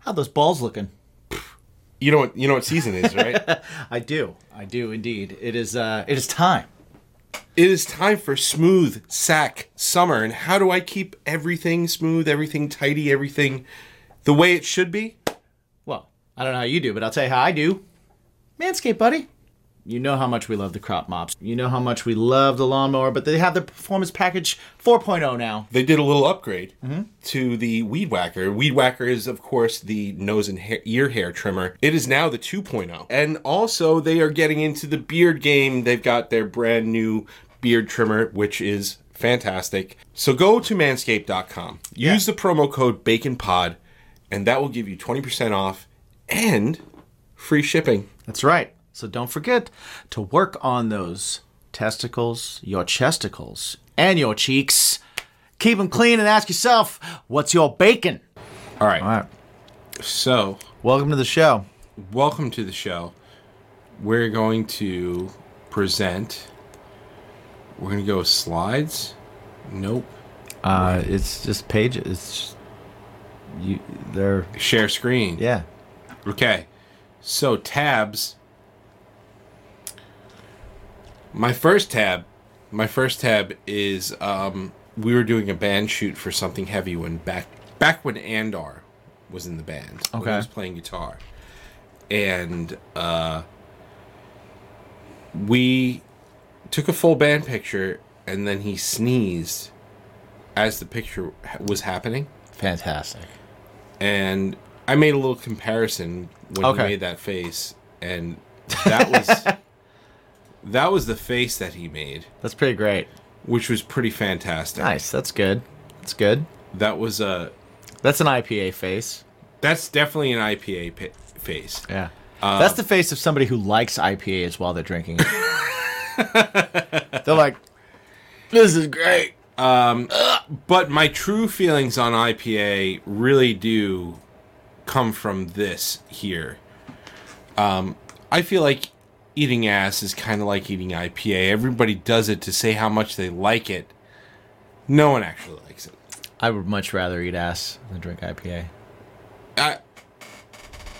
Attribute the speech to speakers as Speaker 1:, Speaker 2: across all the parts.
Speaker 1: How those balls looking?
Speaker 2: You know what you know what season is, right?
Speaker 1: I do. I do indeed. It is uh it is time.
Speaker 2: it is time for smooth sack summer. And how do I keep everything smooth, everything tidy, everything the way it should be?
Speaker 1: Well, I don't know how you do, but I'll tell you how I do. Manscaped, buddy. You know how much we love the crop mops. You know how much we love the lawnmower, but they have the performance package 4.0 now.
Speaker 2: They did a little upgrade to the Weed Whacker. Weed Whacker is, of course, the nose and hair, ear hair trimmer. It is now the 2.0. And also, they are getting into the beard game. They've got their brand new beard trimmer, which is fantastic. So go to manscaped.com, use the promo code BACONPOD, and that will give you 20% off and free shipping.
Speaker 1: That's right. So don't forget to work on those testicles, your chesticles, and your cheeks. Keep them clean and ask yourself, what's your bacon?
Speaker 2: All right.
Speaker 1: All right.
Speaker 2: So,
Speaker 1: Welcome to the show.
Speaker 2: welcome to the show. We're going to present. We're going to go with slides. Nope.
Speaker 1: Uh, it's just pages. It's just, you. They're
Speaker 2: Share screen.
Speaker 1: yeah.
Speaker 2: Okay. So, tabs. My first tab, my first tab is um, we were doing a band shoot for something heavy when back back when Andar was in the band. when he
Speaker 1: Okay.
Speaker 2: was playing guitar, and uh, we took a full band picture, and then he sneezed as the picture ha- was happening
Speaker 1: Fantastic.
Speaker 2: and I made a little comparison when
Speaker 1: Okay.
Speaker 2: he made that face, and that was that was the face that he made,
Speaker 1: That's pretty great.
Speaker 2: which was pretty fantastic.
Speaker 1: Nice. That's good. That's good.
Speaker 2: That was a
Speaker 1: That's an IPA face.
Speaker 2: that's definitely an IPA pa- face.
Speaker 1: Yeah. Um, That's the face of somebody who likes IPAs while they're drinking. it. they're like, this is great.
Speaker 2: But my true feelings on IPA really do come from this here. Um, I feel like eating ass is kind of like eating IPA. Everybody does it to say how much they like it. No one actually likes it.
Speaker 1: I would much rather eat ass than drink IPA.
Speaker 2: I,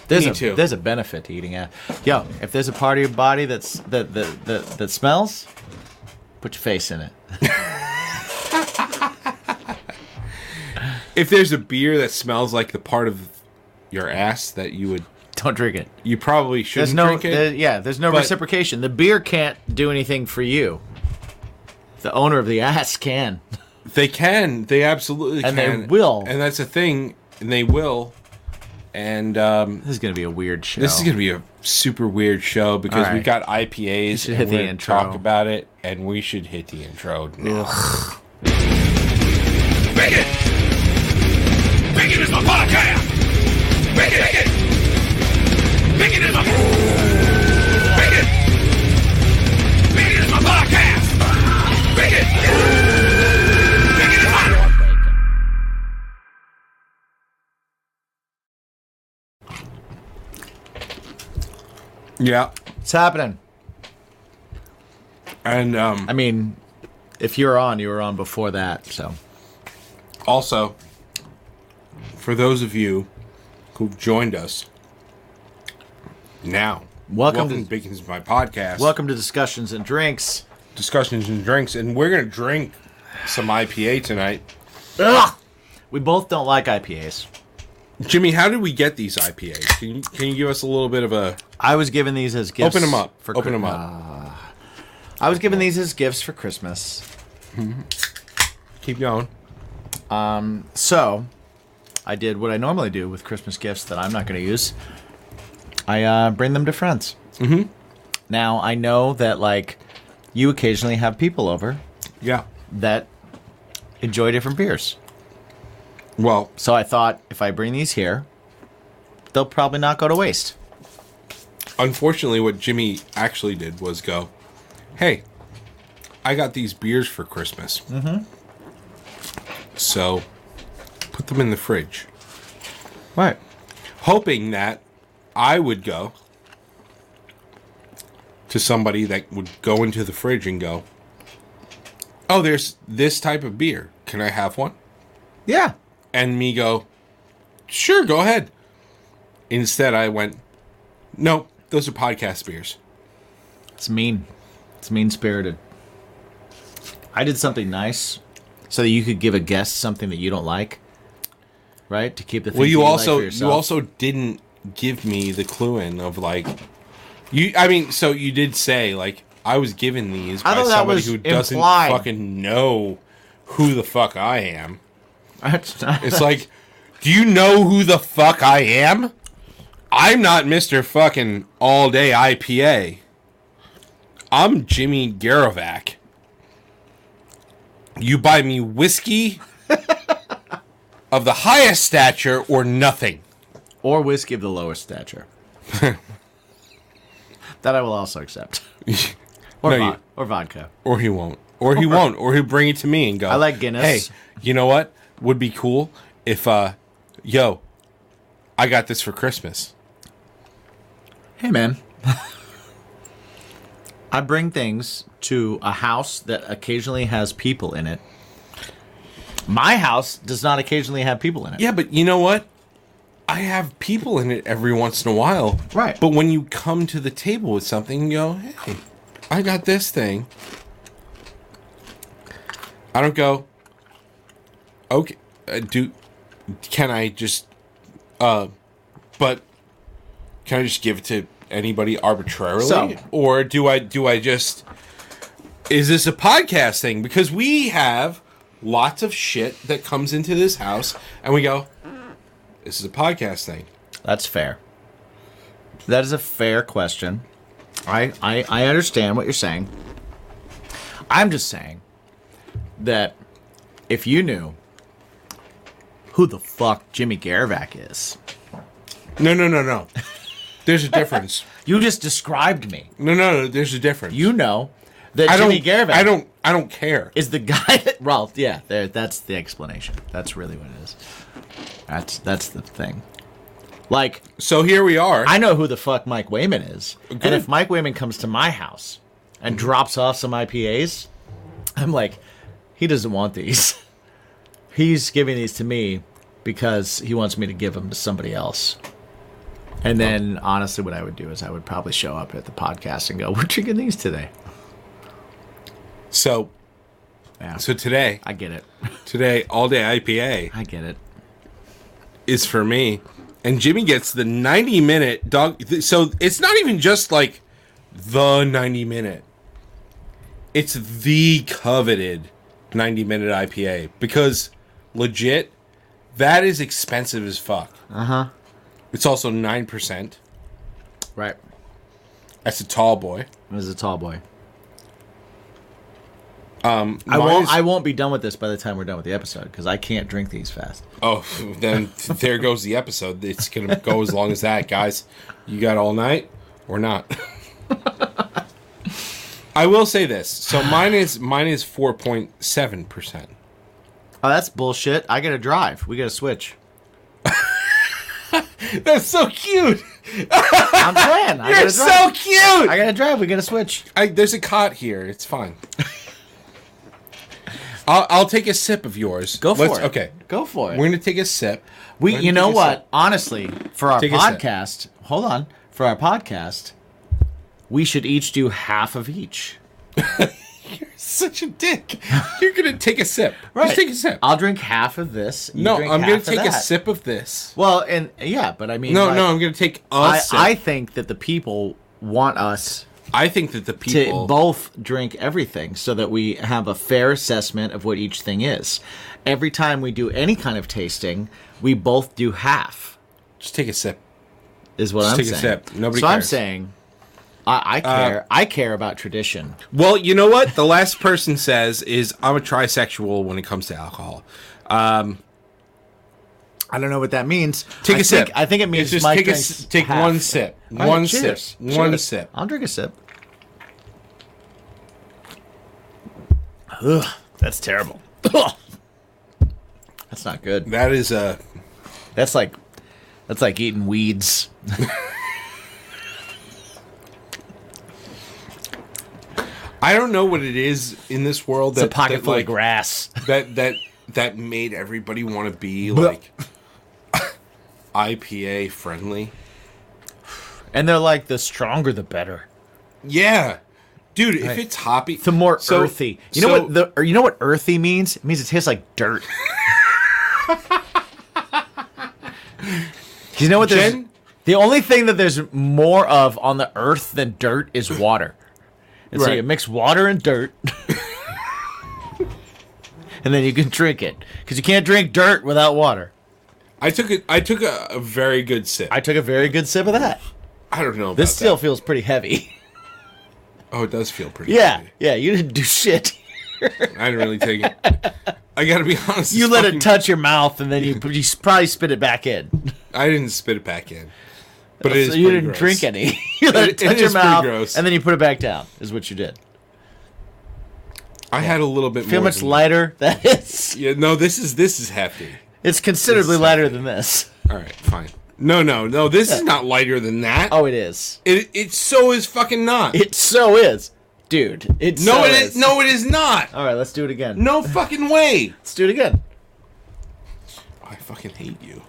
Speaker 1: There's
Speaker 2: Me
Speaker 1: a,
Speaker 2: too.
Speaker 1: There's a benefit to eating ass. Yo, if there's a part of your body that's that that that, that smells, put your face in it.
Speaker 2: if there's a beer that smells like the part of your ass that you would
Speaker 1: Don't drink it.
Speaker 2: you probably
Speaker 1: There's
Speaker 2: shouldn't
Speaker 1: no,
Speaker 2: drink it.
Speaker 1: there- yeah. There's no
Speaker 2: but-
Speaker 1: reciprocation. The beer can't do anything for you. The owner of the ass can.
Speaker 2: they can. They absolutely
Speaker 1: And they
Speaker 2: can.
Speaker 1: will.
Speaker 2: And that's a thing. And they will. And um,
Speaker 1: This is gonna be a weird show.
Speaker 2: this is gonna be a super weird show because
Speaker 1: All
Speaker 2: we
Speaker 1: right.
Speaker 2: got IPAs.
Speaker 1: should
Speaker 2: and
Speaker 1: hit the
Speaker 2: we're gonna
Speaker 1: intro.
Speaker 2: Talk about it, and we should hit the intro now.
Speaker 3: Bigot! Bigot is my podcast! Bigot! Bigot! Bigot is my... Bigot! Bigot is my podcast! Bigot! Bigot is my...
Speaker 2: Yeah.
Speaker 1: It's happening.
Speaker 2: And um,
Speaker 1: I mean, if you're on, you were on before that. So
Speaker 2: also, for those of you who've joined us now,
Speaker 1: Welcome
Speaker 2: welcome
Speaker 1: to-
Speaker 2: to Bacon's My Podcast.
Speaker 1: welcome to discussions and drinks.
Speaker 2: discussions and drinks, and we're gonna drink some IPA tonight.
Speaker 1: Ugh! We both don't like IPAs.
Speaker 2: Jimmy, how did we get these IPAs? Can you, can you give us a little bit of a
Speaker 1: I was given these as gifts.
Speaker 2: open them up?
Speaker 1: For
Speaker 2: open them
Speaker 1: Chri- uh,
Speaker 2: up.
Speaker 1: I was given these as gifts for Christmas.
Speaker 2: Keep going.
Speaker 1: So I did what I normally do with Christmas gifts that I'm not going to use. I uh, bring them to friends. Mm-hmm. Now I know that like you occasionally have people over
Speaker 2: Yeah.
Speaker 1: that enjoy different beers.
Speaker 2: Well,
Speaker 1: So I thought if I bring these here, they'll probably not go to waste.
Speaker 2: unfortunately, what Jimmy actually did was go, "Hey, I got these beers for Christmas, mm-hmm. so put them in the fridge,
Speaker 1: Right.
Speaker 2: hoping that I would go." To somebody that would go into the fridge and go, Oh, there's this type of beer. Can I have one?
Speaker 1: Yeah.
Speaker 2: and me go, sure, go ahead. Instead, I went, no, those are podcast beers.
Speaker 1: It's mean. It's mean spirited. I did something nice so that you could give a guest something that you don't like, right? To keep the things
Speaker 2: Well, you
Speaker 1: that
Speaker 2: also
Speaker 1: like for
Speaker 2: you
Speaker 1: yourself.
Speaker 2: also didn't give me the clue in of like you. I mean, so you did say like I was given these
Speaker 1: I
Speaker 2: by
Speaker 1: thought that
Speaker 2: somebody
Speaker 1: was
Speaker 2: who doesn't
Speaker 1: implied.
Speaker 2: fucking know who the fuck I am.
Speaker 1: That's not-
Speaker 2: It's like, do you know who the fuck I am? I'm not Mister Fucking All Day IPA. I'm Jimmy Garovac. You buy me whiskey of the highest stature or nothing.
Speaker 1: or whiskey of the lowest stature. that I will also accept. Or, vo-
Speaker 2: No, you-
Speaker 1: or vodka.
Speaker 2: or he won't, or he won't, or he'll bring it to me and go. I
Speaker 1: like Guinness.
Speaker 2: Hey, you know what would be cool if, uh, yo, I got this for Christmas.
Speaker 1: Hey, man. I bring things to a house that occasionally has people in it. My house does not occasionally have people in it.
Speaker 2: Yeah, but you know what? I have people in it every once in a while.
Speaker 1: Right.
Speaker 2: But when you come to the table with something, you go, hey, I got this thing. I don't go, okay, uh, do, can I just, uh, but can I just give it to anybody arbitrarily?
Speaker 1: So-
Speaker 2: or do I, do I just, is this a podcast thing? Because we have lots of shit that comes into this house and we go, this is a podcast thing.
Speaker 1: That's fair. That is a fair question. I, I I understand what you're saying. I'm just saying that if you knew who the fuck Jimmy Garavac is,
Speaker 2: No, no, no, no. There's a difference.
Speaker 1: you just described me.
Speaker 2: No, no, no. There's a difference.
Speaker 1: You know that
Speaker 2: I don't.
Speaker 1: Jimmy Garavac
Speaker 2: I don't. I don't care.
Speaker 1: is the guy that Ralph. Yeah, there. That's the explanation. That's really what it is. That's that's the thing. Like
Speaker 2: So here we are.
Speaker 1: I know who the fuck Mike Wayman is.
Speaker 2: Good.
Speaker 1: And if Mike Wayman comes to my house and drops off some IPAs, I'm like, he doesn't want these. He's giving these to me because he wants me to give them to somebody else. And then, honestly, what I would do is I would probably show up at the podcast and go, "We're drinking these today."
Speaker 2: so.
Speaker 1: Yeah.
Speaker 2: So today,
Speaker 1: I get it.
Speaker 2: today, all day IPA
Speaker 1: I get it.
Speaker 2: is for me, and Jimmy gets the 90 minute dog. th- So it's not even just like the 90 minute. It's the coveted 90 minute IPA because legit, that is expensive as fuck. Uh huh.
Speaker 1: Uh-huh.
Speaker 2: It's also nine percent.
Speaker 1: Right.
Speaker 2: That's a tall boy.
Speaker 1: As a tall boy,
Speaker 2: Um,
Speaker 1: I
Speaker 2: mine
Speaker 1: won't.
Speaker 2: is-
Speaker 1: I won't be done with this by the time we're done with the episode because I can't drink these fast.
Speaker 2: Oh, then there goes the episode. It's gonna go as long as that, guys. You got all night or not? I will say this. So mine is mine is four point seven percent.
Speaker 1: Oh, that's bullshit. I gotta drive. We gotta switch.
Speaker 2: That's so cute.
Speaker 1: I'm saying. I
Speaker 2: You're
Speaker 1: gotta drive.
Speaker 2: so cute.
Speaker 1: I gotta drive. We gotta switch.
Speaker 2: I, there's a cot here. It's fine. I'll, I'll take a sip of yours.
Speaker 1: Go for
Speaker 2: Let's-
Speaker 1: it.
Speaker 2: Okay,
Speaker 1: Go for it.
Speaker 2: We're gonna take a sip. We're
Speaker 1: we,
Speaker 2: gonna
Speaker 1: you
Speaker 2: take
Speaker 1: know
Speaker 2: a sip.
Speaker 1: what? Honestly, for our
Speaker 2: Take a sip.
Speaker 1: podcast, hold on. For our podcast, we should each do half of each.
Speaker 2: Such a dick. You're gonna take a sip. Just take a sip.
Speaker 1: I'll drink half of this. you
Speaker 2: no,
Speaker 1: drink
Speaker 2: I'm gonna
Speaker 1: half of
Speaker 2: take a
Speaker 1: that.
Speaker 2: sip of this.
Speaker 1: Well, and yeah, but I mean,
Speaker 2: No,
Speaker 1: like,
Speaker 2: no, I'm gonna take a
Speaker 1: I,
Speaker 2: sip.
Speaker 1: I
Speaker 2: I,
Speaker 1: think that the people want us
Speaker 2: think that the
Speaker 1: to
Speaker 2: people.
Speaker 1: both drink everything so that we have a fair assessment of what each thing is. Every time we do any kind of tasting, we both do half.
Speaker 2: just take a sip.
Speaker 1: is what I'm
Speaker 2: take a
Speaker 1: saying.
Speaker 2: sip. Nobody
Speaker 1: so I'm
Speaker 2: cares. Uh,
Speaker 1: saying, I, I care. I care about tradition.
Speaker 2: Well, you know what? The last person says is I'm a trisexual when it comes to alcohol.
Speaker 1: I don't know what that means.
Speaker 2: Take
Speaker 1: a
Speaker 2: a sip.
Speaker 1: I think it means
Speaker 2: It's just
Speaker 1: Mike
Speaker 2: take a
Speaker 1: drinks
Speaker 2: s- take
Speaker 1: half.
Speaker 2: one sip.
Speaker 1: All right,
Speaker 2: One sip.
Speaker 1: cheers.
Speaker 2: One
Speaker 1: Cheers.
Speaker 2: sip.
Speaker 1: I'll drink a sip. Ugh, that's terrible. that's not good.
Speaker 2: That is a
Speaker 1: That's like that's like eating weeds.
Speaker 2: I don't know what it is in this world
Speaker 1: It's
Speaker 2: that
Speaker 1: a pocket
Speaker 2: that,
Speaker 1: full
Speaker 2: like,
Speaker 1: of grass.
Speaker 2: that that that made everybody want to be like IPA friendly.
Speaker 1: And they're like, the stronger the better,
Speaker 2: Yeah, dude, if it's hoppy,
Speaker 1: the more
Speaker 2: So-
Speaker 1: earthy. You know
Speaker 2: so-
Speaker 1: what the or you know what earthy means? It means it tastes like dirt. you know what? There's,
Speaker 2: Jen?
Speaker 1: the only thing that there's more of on the earth than dirt is water. And so
Speaker 2: Right.
Speaker 1: you mix water and dirt, and then you can drink it because you can't drink dirt without water.
Speaker 2: I took it. I took a, a very good sip.
Speaker 1: I
Speaker 2: I,
Speaker 1: took a very good sip of that.
Speaker 2: don't know. About
Speaker 1: This still
Speaker 2: that.
Speaker 1: feels pretty heavy.
Speaker 2: Oh, it does feel pretty.
Speaker 1: yeah,
Speaker 2: good.
Speaker 1: yeah. You didn't do shit.
Speaker 2: I didn't really take it. I gotta be honest.
Speaker 1: You
Speaker 2: it's
Speaker 1: let
Speaker 2: fucking-
Speaker 1: it touch your mouth, and then you, you probably spit it back in.
Speaker 2: I didn't spit it back in. But it is
Speaker 1: so you
Speaker 2: pretty
Speaker 1: didn't
Speaker 2: gross.
Speaker 1: drink any. you let it,
Speaker 2: It- it
Speaker 1: touch
Speaker 2: is
Speaker 1: your
Speaker 2: pretty
Speaker 1: mouth,
Speaker 2: gross.
Speaker 1: and then you put it back down. Is what you did.
Speaker 2: I had a little bit
Speaker 1: Feel
Speaker 2: more.
Speaker 1: much
Speaker 2: than-
Speaker 1: lighter. That is.
Speaker 2: Yeah, no, this is this is hefty.
Speaker 1: It's considerably lighter than this.
Speaker 2: All right, fine. No, no, no. This is not lighter than that.
Speaker 1: Oh, it is.
Speaker 2: It it so is fucking not.
Speaker 1: It so is, dude. It
Speaker 2: no,
Speaker 1: so
Speaker 2: it is. No, it is not.
Speaker 1: All right, let's do it again.
Speaker 2: No fucking way.
Speaker 1: let's do it again.
Speaker 2: I fucking hate you.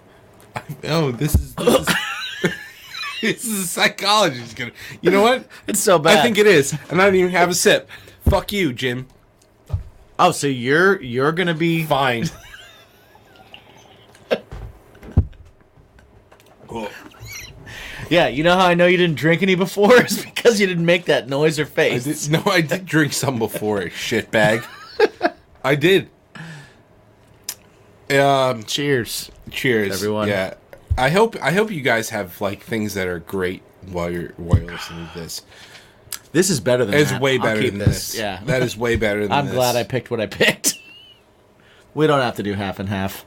Speaker 2: I, oh, this is this is, this is a psychologist gonna. You know what?
Speaker 1: It's so bad.
Speaker 2: I think it is, and I don't even have a sip. Fuck you, Jim.
Speaker 1: Oh, so you're you're gonna be
Speaker 2: Fine. Oh,
Speaker 1: yeah. You know how I know you didn't drink any before is because you didn't make that noise or
Speaker 2: I
Speaker 1: face.
Speaker 2: did, no, I did drink some before, shitbag. I did. Um,
Speaker 1: Cheers.
Speaker 2: cheers,
Speaker 1: Everyone.
Speaker 2: Yeah, I hope I hope you guys have like things that are great while you're while you're listening to this.
Speaker 1: This is better than
Speaker 2: It's
Speaker 1: that.
Speaker 2: way
Speaker 1: I'll
Speaker 2: better
Speaker 1: keep
Speaker 2: than this.
Speaker 1: Yeah,
Speaker 2: that is way better than.
Speaker 1: I'm
Speaker 2: this.
Speaker 1: glad I picked what I picked. We don't have to do half and half.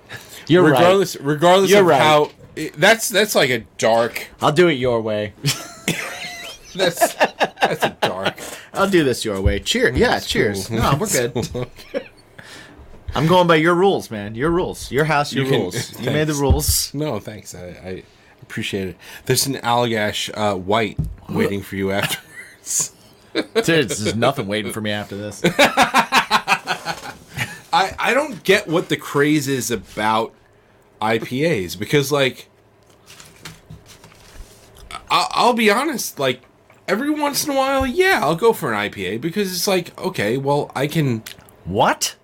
Speaker 1: You're right.
Speaker 2: regardless regardless
Speaker 1: You're
Speaker 2: of
Speaker 1: right.
Speaker 2: how it- that's that's like a dark
Speaker 1: I'll do it your way.
Speaker 2: that's that's a dark
Speaker 1: I'll do this your way. Cheers. Yeah, cheers.
Speaker 2: cool.
Speaker 1: No, we're good. I'm going by your rules, man. Your rules. Your house, your
Speaker 2: You can-
Speaker 1: rules. You made the
Speaker 2: thanks.
Speaker 1: rules.
Speaker 2: no thanks I, I appreciate it there's an Allagash uh, white waiting for you afterwards
Speaker 1: Dude, there's nothing waiting for me after this.
Speaker 2: I I don't get what the craze is about IPAs because like I, I'll be honest like every once in a while yeah I'll go for an IPA because it's like okay well I can
Speaker 1: What?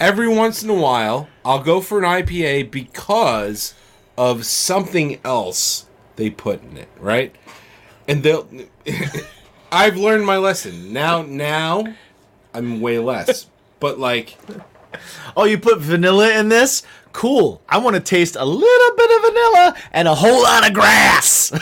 Speaker 2: every once in a while I'll go for an IPA because of something else they put in it, right? And they'll I've learned my lesson. Now now I'm way less. But like
Speaker 1: Oh, you put vanilla in this? Cool. I want to taste a little bit of vanilla and a whole lot of grass.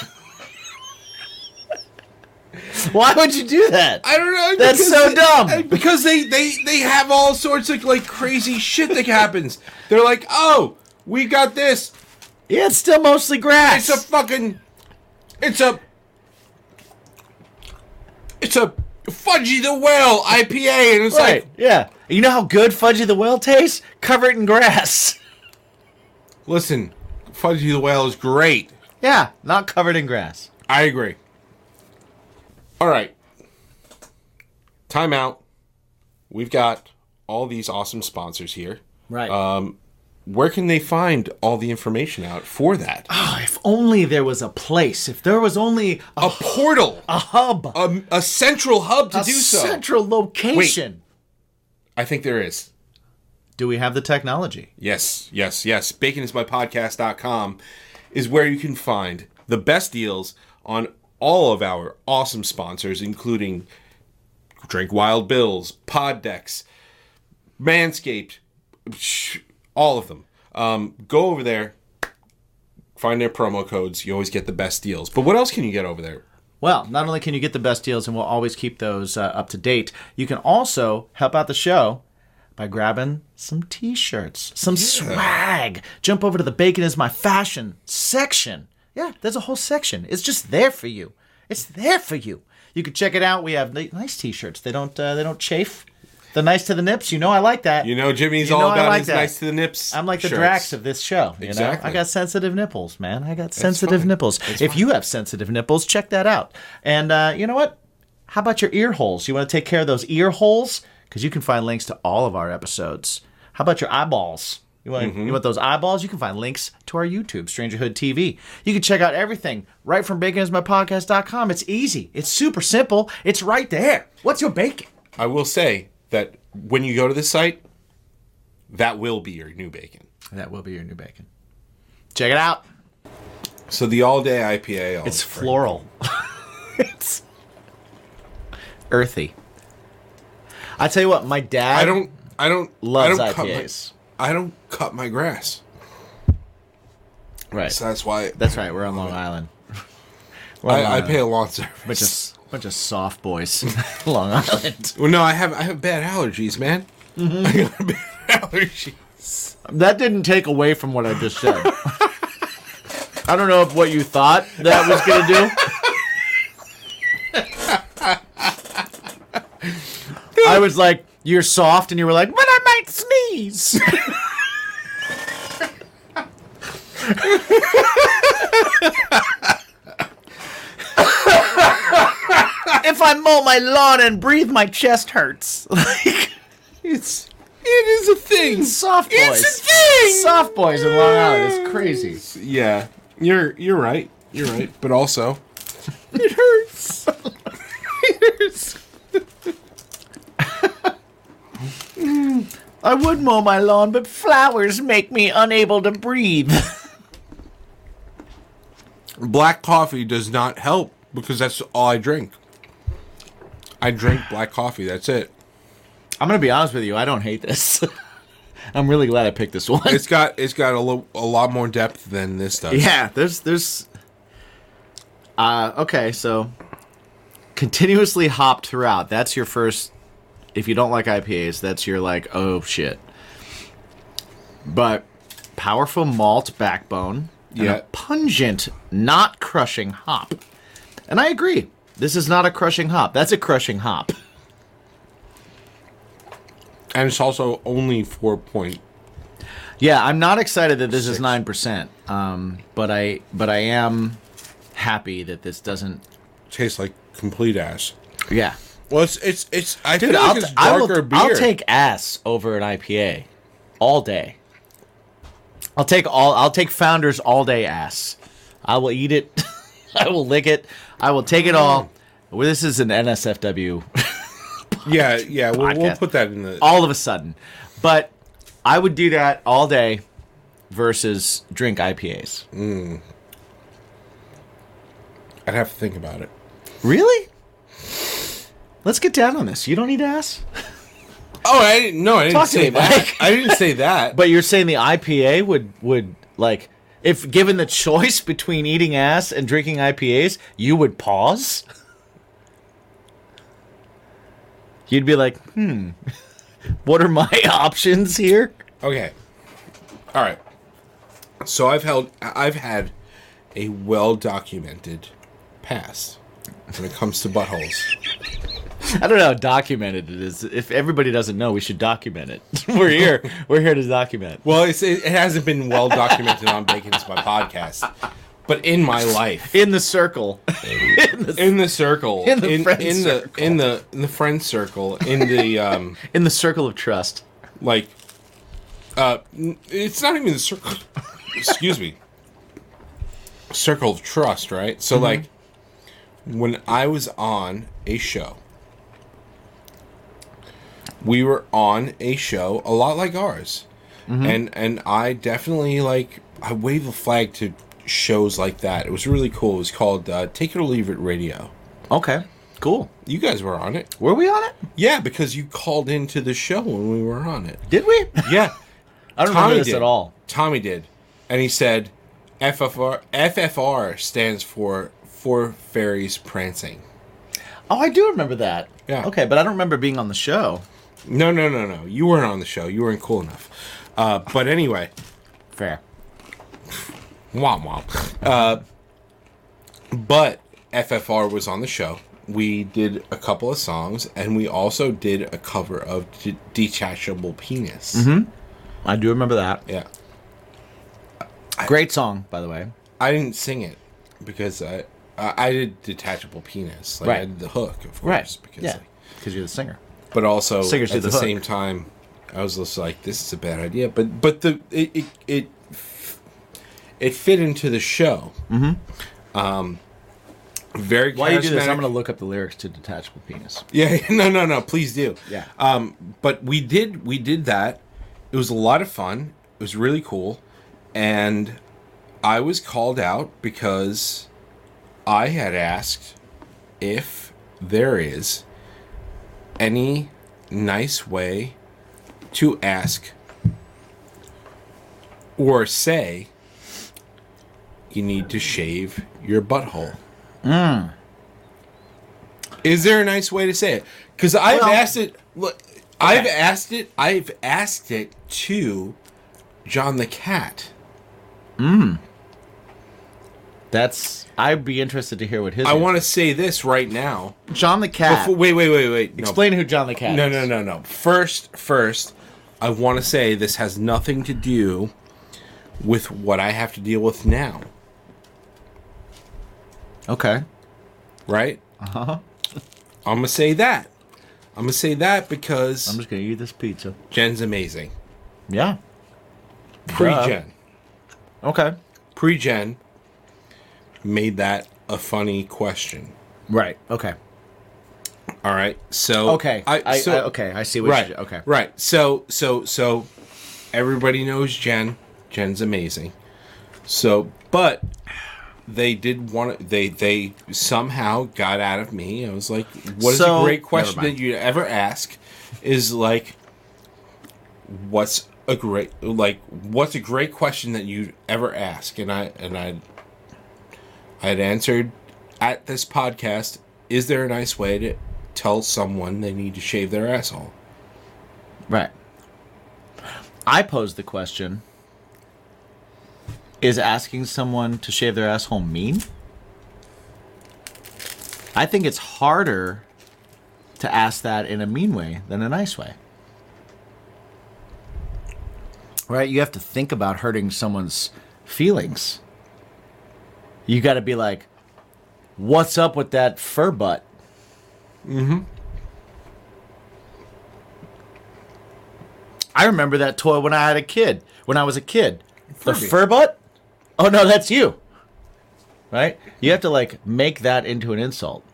Speaker 1: Why would you do that?
Speaker 2: I don't know.
Speaker 1: That's
Speaker 2: because
Speaker 1: so
Speaker 2: they-
Speaker 1: dumb.
Speaker 2: I- Because they, they they have all sorts of like crazy shit that happens. They're like, "Oh, we got this.
Speaker 1: yeah, it's still mostly grass.
Speaker 2: It's a fucking It's a It's a Fudgy the Whale IPA." And it's
Speaker 1: Right.
Speaker 2: like,
Speaker 1: yeah. You know how good Fudgy the Whale tastes? Cover it in grass.
Speaker 2: Listen, Fudgy the Whale is great.
Speaker 1: Yeah, not covered in grass.
Speaker 2: I agree. All right. Time out. We've got all these awesome sponsors here.
Speaker 1: Right.
Speaker 2: Uh, Where can they find all the information out for that?
Speaker 1: oh, if only there was a place. If there was only a,
Speaker 2: A portal, a,
Speaker 1: hub, a,
Speaker 2: a central hub to Oh, do so.
Speaker 1: Oh. central location.
Speaker 2: I think there is.
Speaker 1: Do we have the technology?
Speaker 2: Yes, yes, yes. Baconismypodcast.com is where you can find the best deals on all of our awesome sponsors, including Drink Wild Bills, Pod Decks, Manscaped, sh- all of them. Um, go over there, find their promo codes. You always get the best deals. But what else can you get over there?
Speaker 1: Well, not only can you get the best deals, and we'll always keep those uh, up to date, you can also help out the show by grabbing some t shirts, some swag. Jump over to the Bacon is My Fashion section. Yeah, there's a whole section. It's just there for you. It's there for you. You can check it out. We have ni- nice t-shirts. They don't uh, they don't chafe. They're nice to the nips. You know I like that.
Speaker 2: You know, Jimmy's
Speaker 1: You know
Speaker 2: all
Speaker 1: I
Speaker 2: about
Speaker 1: like
Speaker 2: his
Speaker 1: that.
Speaker 2: nice to the nips.
Speaker 1: I'm like the
Speaker 2: shirts.
Speaker 1: Drax of this show. You
Speaker 2: Exactly.
Speaker 1: Know? I got sensitive nipples, man. I got sensitive
Speaker 2: fine.
Speaker 1: nipples. if you have sensitive nipples, check that out. And uh, you know what? How about your ear holes? You want to take care of those ear holes? Because you can find links to all of our episodes. How about your eyeballs? You want you want those eyeballs? You can find links to our YouTube, Strangerhood TV. You can check out everything right from baconismypodcast.com. It's easy. It's super simple. It's right there. What's your bacon?
Speaker 2: I will say that when you go to this site, that will be your new bacon.
Speaker 1: That will be your new bacon. Check it out.
Speaker 2: So the all day IPA. all
Speaker 1: It's
Speaker 2: day.
Speaker 1: floral. it's earthy. I tell you what, my dad.
Speaker 2: I don't. I don't.
Speaker 1: Loves
Speaker 2: I don't
Speaker 1: IPAs.
Speaker 2: Cut my, I don't cut my grass,
Speaker 1: Right.
Speaker 2: so that's why.
Speaker 1: That's right. We're on Long Island. Long
Speaker 2: I, I
Speaker 1: Island.
Speaker 2: pay a lawn service.
Speaker 1: bunch of bunch of soft boys, Long Island.
Speaker 2: well, no, I have I have bad allergies, man.
Speaker 1: Mm-hmm.
Speaker 2: I got bad allergies.
Speaker 1: That didn't take away from what I just said. I don't know if what you thought that was gonna do. I was like, "You're soft," and you were like, "But I might sneeze." if I mow my lawn and breathe, my chest hurts. Like it's
Speaker 2: It is a thing.
Speaker 1: soft boys.
Speaker 2: It's a thing!
Speaker 1: Soft boys in Long Island is crazy.
Speaker 2: Yeah, you're you're right. You're right. But also,
Speaker 1: It hurts. I would mow my lawn, but flowers make me unable to breathe.
Speaker 2: black coffee does not help because that's all I drink. I drink black coffee. That's it.
Speaker 1: I'm gonna be honest with you. I don't hate this. I'm really glad I picked this one.
Speaker 2: It's got it's got a, lo- a lot more depth than this does.
Speaker 1: yeah, there's there's. Uh, okay, so continuously hopped throughout. That's your first. If you don't like IPAs, that's your like oh shit. But powerful malt backbone. and a
Speaker 2: Yeah.
Speaker 1: pungent, not crushing hop. And I agree. This is not a crushing hop. That's a crushing hop.
Speaker 2: and it's also only four point.
Speaker 1: Yeah, I'm not excited that this is nine percent. Um, but I but I am happy that this doesn't.
Speaker 2: Tastes like complete ass.
Speaker 1: Yeah.
Speaker 2: Well, it's it's, it's I
Speaker 1: Dude,
Speaker 2: feel
Speaker 1: I'll,
Speaker 2: like it's
Speaker 1: I
Speaker 2: darker
Speaker 1: will,
Speaker 2: beer.
Speaker 1: I'll take ass over an IPA all day. I'll take all. I'll take Founders all day ass. I will eat it. I will lick it. I will take it
Speaker 2: Mm.
Speaker 1: all. Well, this is an NSFW.
Speaker 2: yeah yeah. We'll, we'll
Speaker 1: Vodka.
Speaker 2: put that in the.
Speaker 1: all of a sudden, but I would do that all day versus drink IPAs.
Speaker 2: Mm. I'd have to think about it.
Speaker 1: Really? Let's get down on this. You don't need ass,
Speaker 2: Oh, I didn't. No, I didn't
Speaker 1: Talk to
Speaker 2: say
Speaker 1: me,
Speaker 2: that.
Speaker 1: Mike.
Speaker 2: I didn't say that.
Speaker 1: but you're saying the IPA would would like if given the choice between eating ass and drinking IPAs, you would pause. You'd be like, hmm, what are my options here?
Speaker 2: Okay. All right. So I've held. I've had a well documented past when it comes to buttholes.
Speaker 1: I don't know how documented it is. If everybody doesn't know, we should document it. We're here. We're here to document.
Speaker 2: Well, it's, it, it hasn't been well documented on Bacon's My Podcast, but in my life,
Speaker 1: In the circle. in, the,
Speaker 2: in the circle,
Speaker 1: In the friend
Speaker 2: in the in the in the friend circle, in the um,
Speaker 1: in the circle of trust.
Speaker 2: like, uh, n- it's not even the circle. Excuse me. Circle of trust, right?
Speaker 1: Mm-hmm.
Speaker 2: So, like, when I was on a show, we were on a show a lot like ours,
Speaker 1: Mm-hmm.
Speaker 2: and and I definitely like I wave a flag to shows like that. It was really cool. It was called uh, Take It or Leave It Radio.
Speaker 1: Okay. Cool.
Speaker 2: You guys were on it,
Speaker 1: Were we on it?
Speaker 2: yeah, because you called into the show when we were on it.
Speaker 1: Did we?
Speaker 2: Yeah.
Speaker 1: I don't remember this at all.
Speaker 2: Tommy did, and he said, "FFR FFR stands for Four Fairies Prancing."
Speaker 1: Oh, I do remember that.
Speaker 2: Yeah.
Speaker 1: Okay, but I don't remember being on the show.
Speaker 2: No, no, no, no. You weren't on the show. You weren't cool enough. Uh, but anyway,
Speaker 1: Fair.
Speaker 2: womp womp. Uh, but FFR was on the show. We did a couple of songs, and we also did a cover of D- "Detachable Penis."
Speaker 1: Mm-hmm. I do remember that.
Speaker 2: Yeah,
Speaker 1: Great song, by the way.
Speaker 2: I didn't sing it because I I I did "Detachable Penis." Like, I
Speaker 1: Right.
Speaker 2: did the hook, of course. Because
Speaker 1: yeah.
Speaker 2: like,
Speaker 1: Because you're the singer.
Speaker 2: but also
Speaker 1: Singers do
Speaker 2: at
Speaker 1: the
Speaker 2: the,
Speaker 1: hook.
Speaker 2: same time I was just like, this is a bad idea. But but the it it it, it fit into the show. Mm-hmm. Um, very.
Speaker 1: Why you do this?
Speaker 2: charismatic.
Speaker 1: I'm going to look up the lyrics to "Detachable Penis."
Speaker 2: Yeah, no, no, no. Please do.
Speaker 1: Yeah.
Speaker 2: Um, but we did, we did that. It was a lot of fun. It was really cool, and I was called out because I had asked if there is any nice way to ask or say you need to shave your butthole.
Speaker 1: Mm.
Speaker 2: Is there a nice way to say it? Because I've
Speaker 1: Well-
Speaker 2: asked it. Look, I've asked it. I've asked it to John the Cat.
Speaker 1: That's. I'd be interested to hear what his.
Speaker 2: I
Speaker 1: is.
Speaker 2: want to say this right now.
Speaker 1: John the Cat.
Speaker 2: Before, wait, wait, wait, wait. No.
Speaker 1: Explain who John the Cat.
Speaker 2: No,
Speaker 1: is.
Speaker 2: no, no, no. First, first, I want to say this has nothing to do with what I have to deal with now,
Speaker 1: Okay.
Speaker 2: right? Uh huh.
Speaker 1: Uh-huh.
Speaker 2: I'm gonna say that. I'm gonna say that because
Speaker 1: I'm just going to eat this pizza.
Speaker 2: Jen's amazing.
Speaker 1: Yeah.
Speaker 2: Pre-Jen.
Speaker 1: Okay.
Speaker 2: pre-gen made that a funny question
Speaker 1: Right. Okay.
Speaker 2: all right so
Speaker 1: Okay. I, I,
Speaker 2: so-
Speaker 1: okay. I see what.
Speaker 2: right
Speaker 1: You, okay.
Speaker 2: right so so so everybody knows jen jen's amazing so but they did want to they they somehow got out of me i was like what is
Speaker 1: So-
Speaker 2: a great question
Speaker 1: Never
Speaker 2: that
Speaker 1: mind.
Speaker 2: you ever ask is like what's a great like what's a great question that you ever ask and i and i I had answered at this podcast Is there a nice way to tell someone they need to shave their asshole?
Speaker 1: Right. I posed the question: Is asking someone to shave their asshole mean? I think it's harder to ask that in a mean way than a nice way. Right? You have to think about hurting someone's feelings. You got to be like, "What's up with that fur butt?" I remember that toy when I had a kid. When I was a kid, the
Speaker 2: Furby.
Speaker 1: fur butt. Oh no, that's you. Right? You have to like make that into an insult.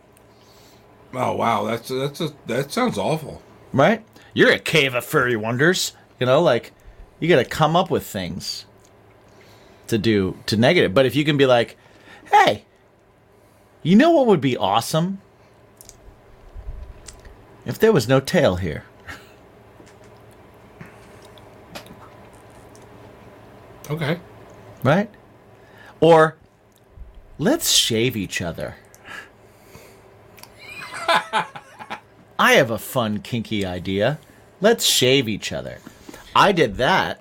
Speaker 2: Oh wow, that's that's a, that sounds awful.
Speaker 1: Right? You're a cave of furry wonders. You know, like you got to come up with things to do to negative. But if you can be like, hey, you know what would be awesome? If there was no tail here.
Speaker 2: Okay.
Speaker 1: right? Or let's shave each other. I have a fun kinky idea. Let's shave each other. I did that.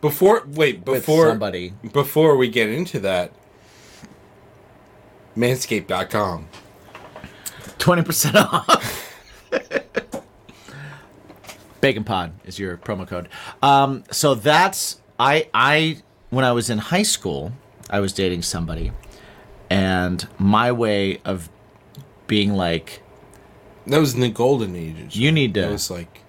Speaker 2: Before wait, before
Speaker 1: somebody.
Speaker 2: before we get into that manscaped.com.
Speaker 1: 20% off. Bacon Pod is your promo code. Um, so that's I I when I was in high school, I was dating somebody, and my way of being like
Speaker 2: That was in the golden ages.
Speaker 1: You need to-
Speaker 2: It was like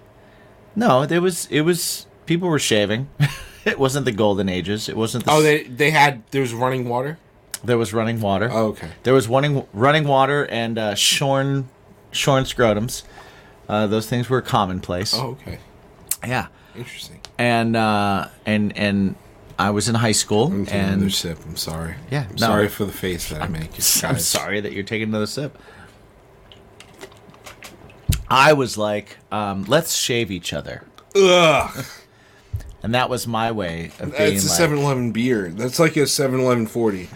Speaker 1: No, there was it was people were shaving. it wasn't the golden ages. It wasn't the
Speaker 2: Oh, they they had there was running water.
Speaker 1: there was running water.
Speaker 2: Oh, okay.
Speaker 1: There was running running water and uh, shorn shorn scrotums. Uh, those things were commonplace.
Speaker 2: Oh, okay.
Speaker 1: yeah.
Speaker 2: Interesting.
Speaker 1: And uh, and and I was in high school
Speaker 2: I'm taking
Speaker 1: and
Speaker 2: another sip. I'm sorry.
Speaker 1: Yeah,
Speaker 2: I'm
Speaker 1: no.
Speaker 2: sorry for the face that i make.
Speaker 1: I'm
Speaker 2: guys.
Speaker 1: sorry that you're taking another sip. I was like, um, let's shave each other.
Speaker 2: Ugh.
Speaker 1: And that was my way of being
Speaker 2: It's a
Speaker 1: like,
Speaker 2: 7 Eleven beer. That's like a 7 Eleven 40.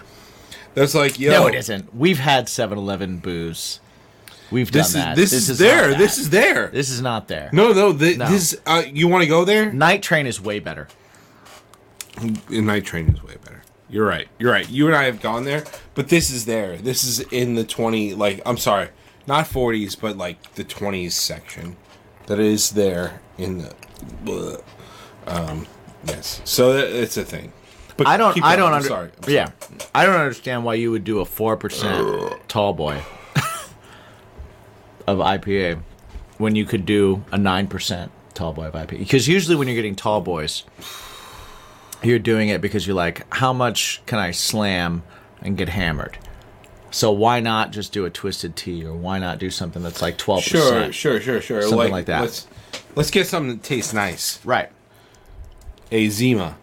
Speaker 2: That's like, yo.
Speaker 1: No, it isn't. We've had 7-Eleven booze. We've
Speaker 2: This
Speaker 1: done
Speaker 2: is,
Speaker 1: that.
Speaker 2: this is,
Speaker 1: not
Speaker 2: there.
Speaker 1: that.
Speaker 2: This is there.
Speaker 1: this is not there.
Speaker 2: No, no. Th-
Speaker 1: No.
Speaker 2: This, uh, you want to go there?
Speaker 1: Night Train is way better.
Speaker 2: And Night Train is way better. You're right. You're right. You and I have gone there, but this is there. This is in the 20, like, I'm sorry. Not 40s, but like the 20s section that is there in the. bleh. Um, yes. So that, it's a thing. But
Speaker 1: I don't.
Speaker 2: keep
Speaker 1: I
Speaker 2: going.
Speaker 1: don't
Speaker 2: I'm
Speaker 1: under-
Speaker 2: sorry. I'm
Speaker 1: Yeah,
Speaker 2: sorry.
Speaker 1: I don't understand why you would do a four percent tall boy of IPA when you could do a nine percent tall boy of IPA. Because usually when you're getting tall boys, you're doing it because you're like, how much can I slam and get hammered? So why not just do a twisted tea, or why not do something that's like twelve
Speaker 2: Sure,
Speaker 1: percent?
Speaker 2: sure, sure, sure.
Speaker 1: Something like that.
Speaker 2: Let's, let's get something that tastes nice.
Speaker 1: Right.
Speaker 2: A Zima.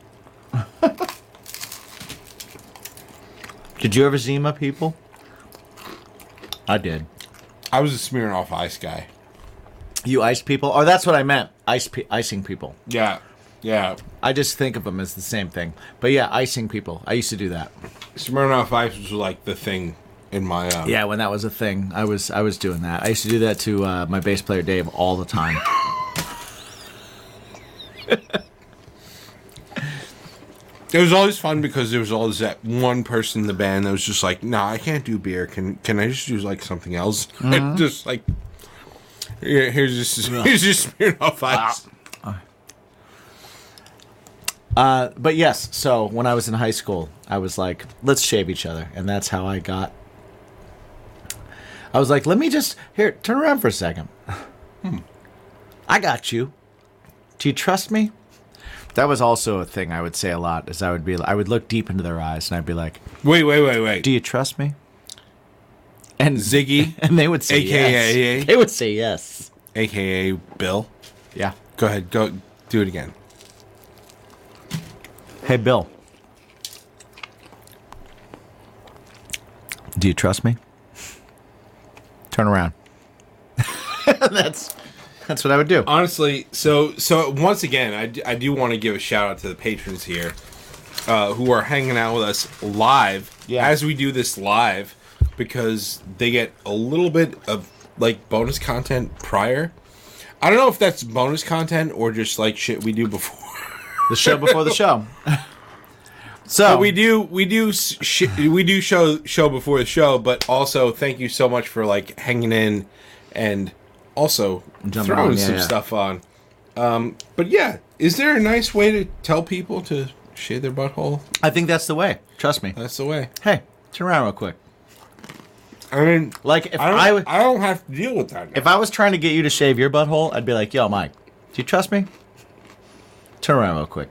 Speaker 1: Did you ever Zima people? I did.
Speaker 2: I was a smearing off ice guy.
Speaker 1: You ice people? Oh, that's what I meant. Ice pe- icing people.
Speaker 2: Yeah, yeah.
Speaker 1: I just think of them as the same thing. But yeah, icing people. I used to do that.
Speaker 2: Smirnoff Ice was like the thing in my uh,
Speaker 1: Yeah, when that was a thing, I was I was doing that. I used to do that to uh, my bass player Dave all the time.
Speaker 2: It was always fun because there was always that one person in the band that was just like, "Nah, I can't do beer. Can can I just do like something else?"
Speaker 1: Uh-huh.
Speaker 2: And just like, "Here- here's just here's just Smirnoff
Speaker 1: Ah.
Speaker 2: Ice.
Speaker 1: but yes, so when I was in high school, I was like, let's shave each other, and that's how I got. I was like, let me just here turn around for a second. Hmm. I got you. Do you trust me? That was also a thing I would say a lot. Is I would be, I would look deep into their eyes, and I'd be like,
Speaker 2: Wait, wait, wait, wait.
Speaker 1: do you trust me? And
Speaker 2: Ziggy,
Speaker 1: and they would say
Speaker 2: AKA.
Speaker 1: yes. They would say yes.
Speaker 2: aka Bill.
Speaker 1: Yeah.
Speaker 2: Go ahead, go do it again.
Speaker 1: Hey, Bill. Do you trust me? Turn around. that's that's what I would do.
Speaker 2: honestly so so once again i, d- I do want to give a shout out to the patrons here uh, who are hanging out with us live
Speaker 1: Yeah.
Speaker 2: as we do this live because they get a little bit of like bonus content prior i don't know if that's bonus content or just like shit we do before
Speaker 1: The show before the show. so
Speaker 2: But
Speaker 1: Um,
Speaker 2: we do we do s- sh- we do show show before the show but also thank you so much for like hanging in and also
Speaker 1: Jumping
Speaker 2: throwing
Speaker 1: on, yeah,
Speaker 2: some
Speaker 1: yeah.
Speaker 2: stuff on um but yeah is there a nice way to tell people to shave their butthole
Speaker 1: I think that's the way. Trust me.
Speaker 2: that's the way
Speaker 1: Hey, turn around real quick.
Speaker 2: i mean
Speaker 1: Like if
Speaker 2: i don't
Speaker 1: I,
Speaker 2: I
Speaker 1: w-
Speaker 2: don't have to deal with that now.
Speaker 1: if I was trying to get you to shave your butthole, I'd be like, "Yo, Mike, do you trust me? Turn around real quick."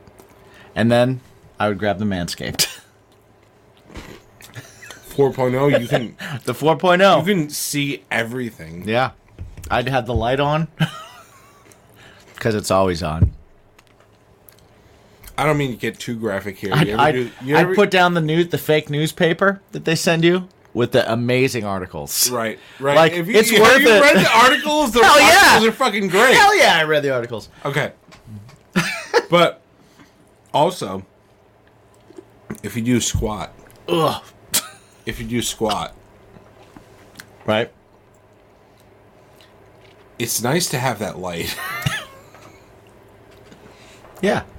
Speaker 1: And then I would grab the manscaped.
Speaker 2: 4.0 oh, you can
Speaker 1: the 4.0.
Speaker 2: you can see everything
Speaker 1: Yeah. I'd have the light on because it's always on.
Speaker 2: i don't mean to get too graphic here
Speaker 1: I'd,
Speaker 2: You ever
Speaker 1: I'd,
Speaker 2: do- you
Speaker 1: I'd
Speaker 2: ever-
Speaker 1: put down the news, the fake newspaper that they send you with the amazing articles.
Speaker 2: Right, right.
Speaker 1: Like,
Speaker 2: If
Speaker 1: it's worth
Speaker 2: have you
Speaker 1: it.
Speaker 2: read the articles? The
Speaker 1: Hell yeah.
Speaker 2: articles are fucking great.
Speaker 1: Hell yeah, I read the articles.
Speaker 2: Okay. but also, if you do squat,
Speaker 1: Ugh.
Speaker 2: if you do squat,
Speaker 1: Right?
Speaker 2: it's nice to have that light.
Speaker 1: Yeah.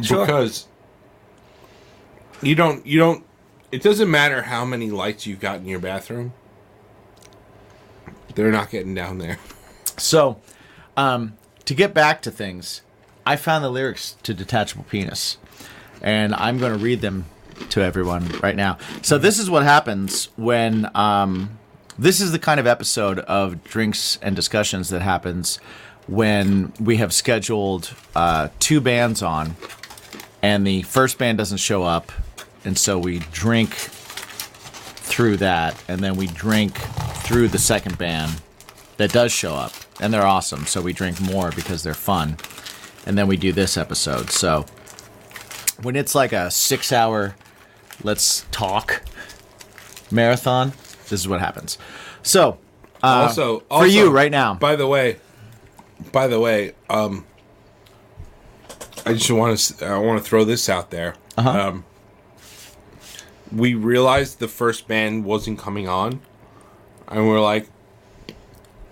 Speaker 1: Sure.
Speaker 2: Because you don't you don't it doesn't matter how many lights you've got in your bathroom. They're not getting down there.
Speaker 1: So, um, to get back to things, I found the lyrics to Detachable Penis, and I'm going to read them to everyone right now. So, this is what happens when um, this is the kind of episode of Drinks and Discussions that happens when we have scheduled uh, two bands on, and the first band doesn't show up, and so we drink through that, and then we drink through the second band that does show up, and they're awesome. So we drink more because they're fun, and then we do this episode. So when it's like a six-hour let's talk marathon, this is what happens. So uh,
Speaker 2: also,
Speaker 1: for
Speaker 2: also,
Speaker 1: you right now,
Speaker 2: By the way, by the way, um, I just want to I want to throw this out there.
Speaker 1: Uh-huh.
Speaker 2: Um, we realized the first band wasn't coming on, and we're like,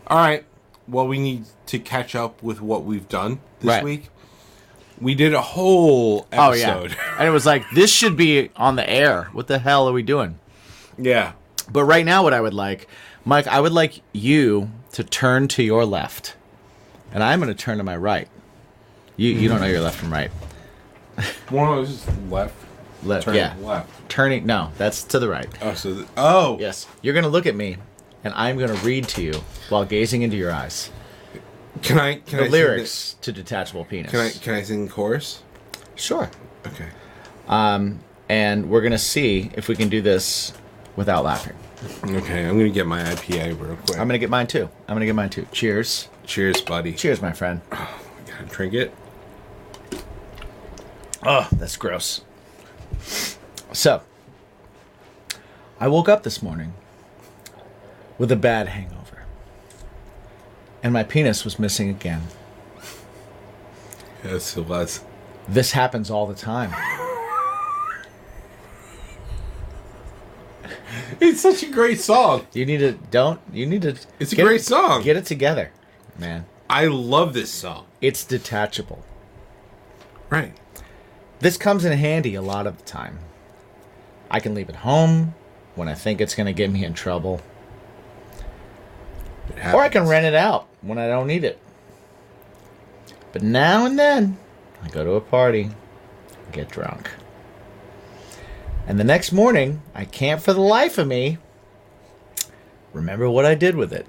Speaker 2: all right, well, we need to catch up with what we've done this
Speaker 1: Right.
Speaker 2: week. We did a whole
Speaker 1: oh yeah,
Speaker 2: episode.
Speaker 1: and it was like this should be on the air. What the hell are we doing?
Speaker 2: yeah.
Speaker 1: But right now, what I would like, Mike, I would like you to turn to your left, and I'm going to turn to my right. You you don't know your left from right.
Speaker 2: One of those is left.
Speaker 1: Left,
Speaker 2: Turn
Speaker 1: yeah.
Speaker 2: left.
Speaker 1: Turning, no, that's to the right.
Speaker 2: Oh, so the, oh,
Speaker 1: Yes, you're going to look at me, and I'm going to read to you while gazing into your eyes.
Speaker 2: Can I? Can I
Speaker 1: The
Speaker 2: sing
Speaker 1: lyrics to Detachable Penis.
Speaker 2: the- Can I? Can I sing chorus?
Speaker 1: Sure.
Speaker 2: Okay.
Speaker 1: And we're going to see if we can do this without laughing.
Speaker 2: Okay. I'm gonna get my IPA real quick.
Speaker 1: Mm-hmm. I'm going to get mine too. I'm going to get mine too. Cheers.
Speaker 2: Cheers, buddy.
Speaker 1: Cheers, my friend.
Speaker 2: Gotta drink it.
Speaker 1: Oh, that's gross. So, I woke up this morning with a bad hangover, and my penis was missing again.
Speaker 2: Yes, it was.
Speaker 1: This happens all the time.
Speaker 2: It's such a great song.
Speaker 1: You need to don't. You need to.
Speaker 2: It's a
Speaker 1: get-
Speaker 2: great song.
Speaker 1: Get it together, man.
Speaker 2: I love this song.
Speaker 1: It's detachable.
Speaker 2: Right.
Speaker 1: This comes in handy a lot of the time. I can leave it home when I think it's going to get me in trouble,
Speaker 2: It
Speaker 1: or I can
Speaker 2: happens.
Speaker 1: rent it out when I don't need it. But now and then, I go to a party, get drunk. And the next morning, I can't for the life of me remember what I did with it.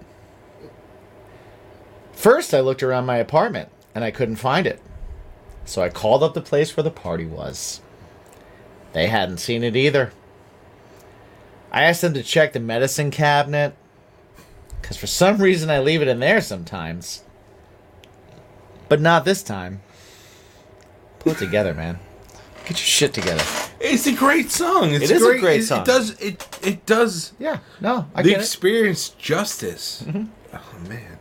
Speaker 1: First, I looked around my apartment and I couldn't find it. So I called up the place where the party was. They hadn't seen it either. I asked them to check the medicine cabinet because for some reason I leave it in there sometimes. But not this time. Pull it together, man. Get your shit together.
Speaker 2: It's a great song. It's
Speaker 1: It is a great
Speaker 2: it-
Speaker 1: song.
Speaker 2: It does. It it does
Speaker 1: Yeah, no, I
Speaker 2: the
Speaker 1: get it. Mm-hmm.
Speaker 2: experience justice. Oh man.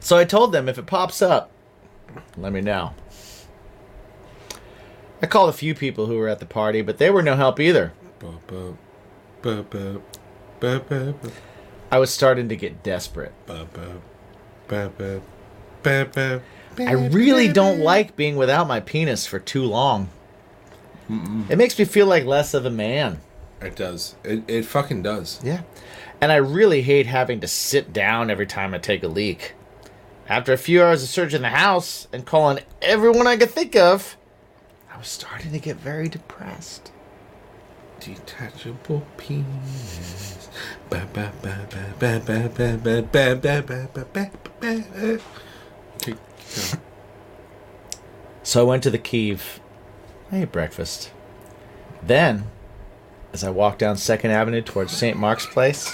Speaker 1: So I told them if it pops up, let me know. I called a few people who were at the party, but they were no help either.
Speaker 2: Ba, ba, ba, ba, ba, ba, ba,
Speaker 1: I was starting to get desperate.
Speaker 2: ba, ba, ba, ba, ba, ba.
Speaker 1: I really don't like being without my penis for too long. It makes me feel like less of a man.
Speaker 2: It does. It, it fucking does.
Speaker 1: Yeah. And I really hate having to sit down every time I take a leak. After a few hours of searching the house and calling everyone I could think of, I was starting to get very depressed.
Speaker 2: Detachable penis. Ba, ba, ba, ba, ba, ba, ba, ba, ba, ba, ba, ba, ba, ba, ba. Okay, go.
Speaker 1: So I went to the Kiev. I ate breakfast. Then, as I walked down Second Avenue towards St. Mark's Place,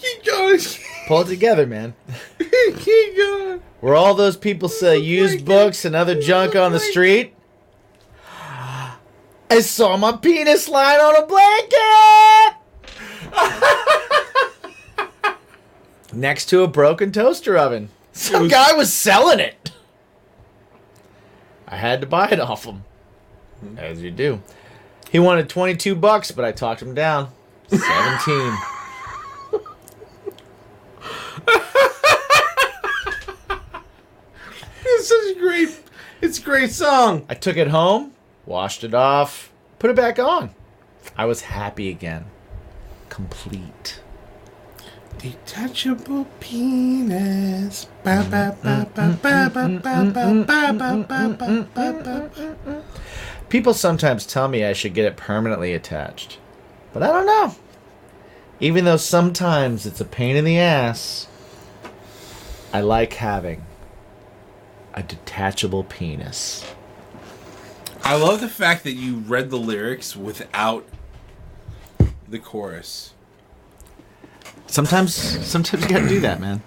Speaker 2: Keep going.
Speaker 1: pull it together, man.
Speaker 2: Keep going.
Speaker 1: Where all those people sell used books and other junk on the street, I saw my penis lying on a blanket! Next to a broken toaster oven. Some
Speaker 2: was-
Speaker 1: guy was selling it. I had to buy it off him. As you do. He wanted 22 bucks, but I talked him down. 17.
Speaker 2: It's such a great. It's a great song.
Speaker 1: I took it home, washed it off, put it back on. I was happy again. Complete.
Speaker 2: Detachable penis. Ba, ba, ba, ba, ba, ba, ba, ba, ba, ba, ba, ba, ba, ba, ba.
Speaker 1: People sometimes tell me I should get it permanently attached, but I don't know. Even though sometimes it's a pain in the ass, I like having a detachable penis.
Speaker 2: I love the fact that you read the lyrics without the chorus.
Speaker 1: Sometimes, sometimes you gotta do that, man.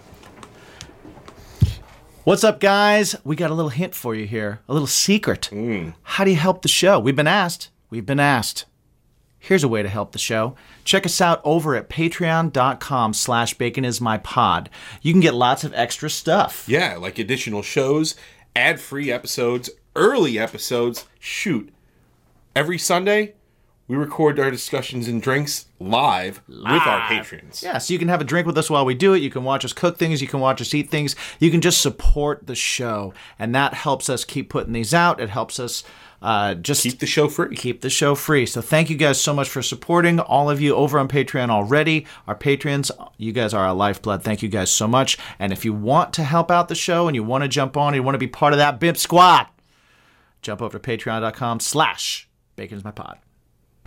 Speaker 1: What's up, guys? We got a little hint for you here, a little secret. How do you help the show? We've been asked. We've been asked. Here's a way to help the show. Check us out over at patreon.com slash baconismypod. You can get lots of extra stuff.
Speaker 2: Yeah, like additional shows, ad free episodes, early episodes. Shoot. Every Sunday, we record our discussions and drinks live, with our patrons.
Speaker 1: Yeah, so you can have a drink with us while we do it. You can watch us cook things. You can watch us eat things. You can just support the show. And that helps us keep putting these out. It helps us uh, just
Speaker 2: Keep the show free.
Speaker 1: keep the show free. So thank you guys so much for supporting all of you over on Patreon already. Our patrons, you guys are our lifeblood. Thank you guys so much. And if you want to help out the show and you want to jump on, you want to be part of that BIP squad, jump over to patreon.com slash bacon's my pod.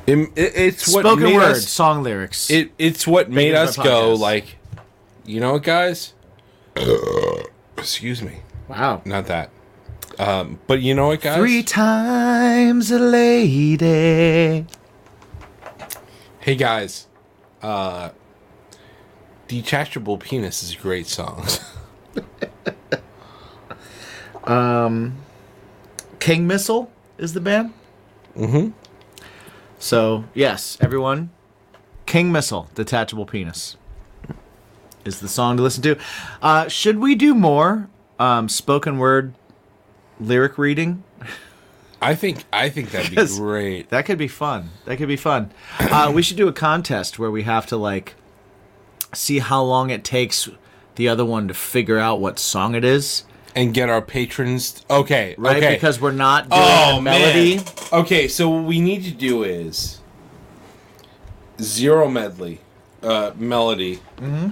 Speaker 2: It- it- it's what
Speaker 1: Spoken
Speaker 2: made
Speaker 1: word,
Speaker 2: us-
Speaker 1: song lyrics.
Speaker 2: it, it's what
Speaker 1: is
Speaker 2: made
Speaker 1: my
Speaker 2: us go
Speaker 1: podcast.
Speaker 2: like You know what, guys? Uh, Excuse me.
Speaker 1: Wow.
Speaker 2: Not that. Um, but you know what, guys?
Speaker 1: Three times a lady.
Speaker 2: Hey, guys. Uh, Detachable Penis is a great song.
Speaker 1: King Missile is the band. Mm-hmm. So yes, everyone, King Missile, detachable penis, is the song to listen to. Uh, should we do more um, spoken word lyric reading?
Speaker 2: I think I think that'd be
Speaker 1: Yes.
Speaker 2: great.
Speaker 1: That could be fun. That could be fun. Uh, we should do a contest where we have to like see how long it takes the other one to figure out what song it is,
Speaker 2: And get our patrons. Okay,
Speaker 1: right?
Speaker 2: okay. Oh,
Speaker 1: Because we're not doing the melody.
Speaker 2: man. Okay, so what we need to do is zero medley, uh, melody,
Speaker 1: Mm-hmm.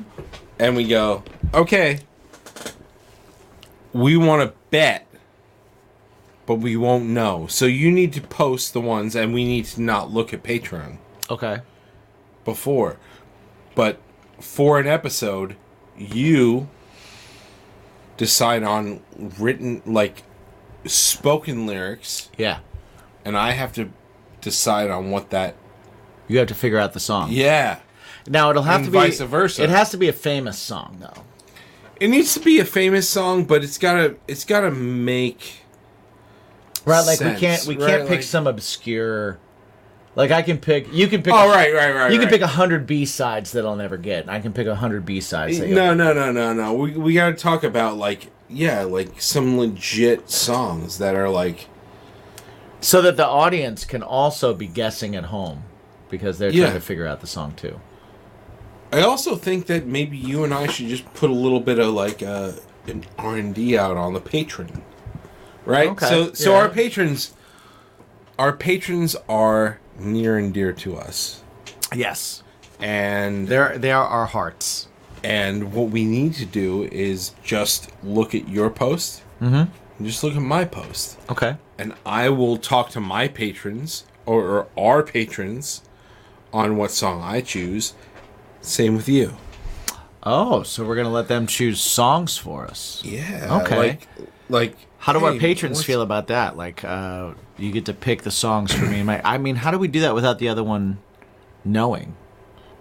Speaker 2: and we go. Okay, we want to bet, but we won't know. So you need to post the ones, and we need to not look at Patreon
Speaker 1: Okay.
Speaker 2: before. But for an episode, you decide on written like spoken lyrics
Speaker 1: Yeah.
Speaker 2: and I have to decide on what that.
Speaker 1: You have to figure out the song.
Speaker 2: Yeah,
Speaker 1: Now it'll have
Speaker 2: And
Speaker 1: to be
Speaker 2: vice versa.
Speaker 1: It has to be a famous song though.
Speaker 2: it needs to be a famous song, but it's gotta it's gotta make.
Speaker 1: Right, like we
Speaker 2: Sense,
Speaker 1: can't we
Speaker 2: right,
Speaker 1: can't pick
Speaker 2: like-
Speaker 1: some obscure like I can pick you can pick
Speaker 2: Oh right, right, right.
Speaker 1: you can
Speaker 2: right.
Speaker 1: pick a hundred B sides that I'll never get. and I can pick a hundred B sides that you'll
Speaker 2: No, no, no, no, no. We we gotta talk about like yeah, like some legit songs that are like
Speaker 1: so that the audience can also be guessing at home because they're
Speaker 2: Yeah.
Speaker 1: trying to figure out the song too.
Speaker 2: I also think that maybe you and I should just put a little bit of like uh, an R and D out on the patron, right?
Speaker 1: Okay,
Speaker 2: So so
Speaker 1: yeah.
Speaker 2: our patrons, our patrons are near and dear to us,
Speaker 1: Yes.
Speaker 2: and
Speaker 1: There there are our hearts.
Speaker 2: and what we need to do is just look at your post,
Speaker 1: Mm-hmm.
Speaker 2: and just look at my post,
Speaker 1: Okay.
Speaker 2: and I will talk to my patrons or, or our patrons on what song I choose. Same with you.
Speaker 1: Oh, so we're gonna let them choose songs for us.
Speaker 2: Yeah.
Speaker 1: Okay.
Speaker 2: Like, like
Speaker 1: How do our
Speaker 2: hey,
Speaker 1: patrons
Speaker 2: what's-
Speaker 1: feel about that? Like, uh, you get to pick the songs for me. and my, I mean, how do we do that without the other one knowing?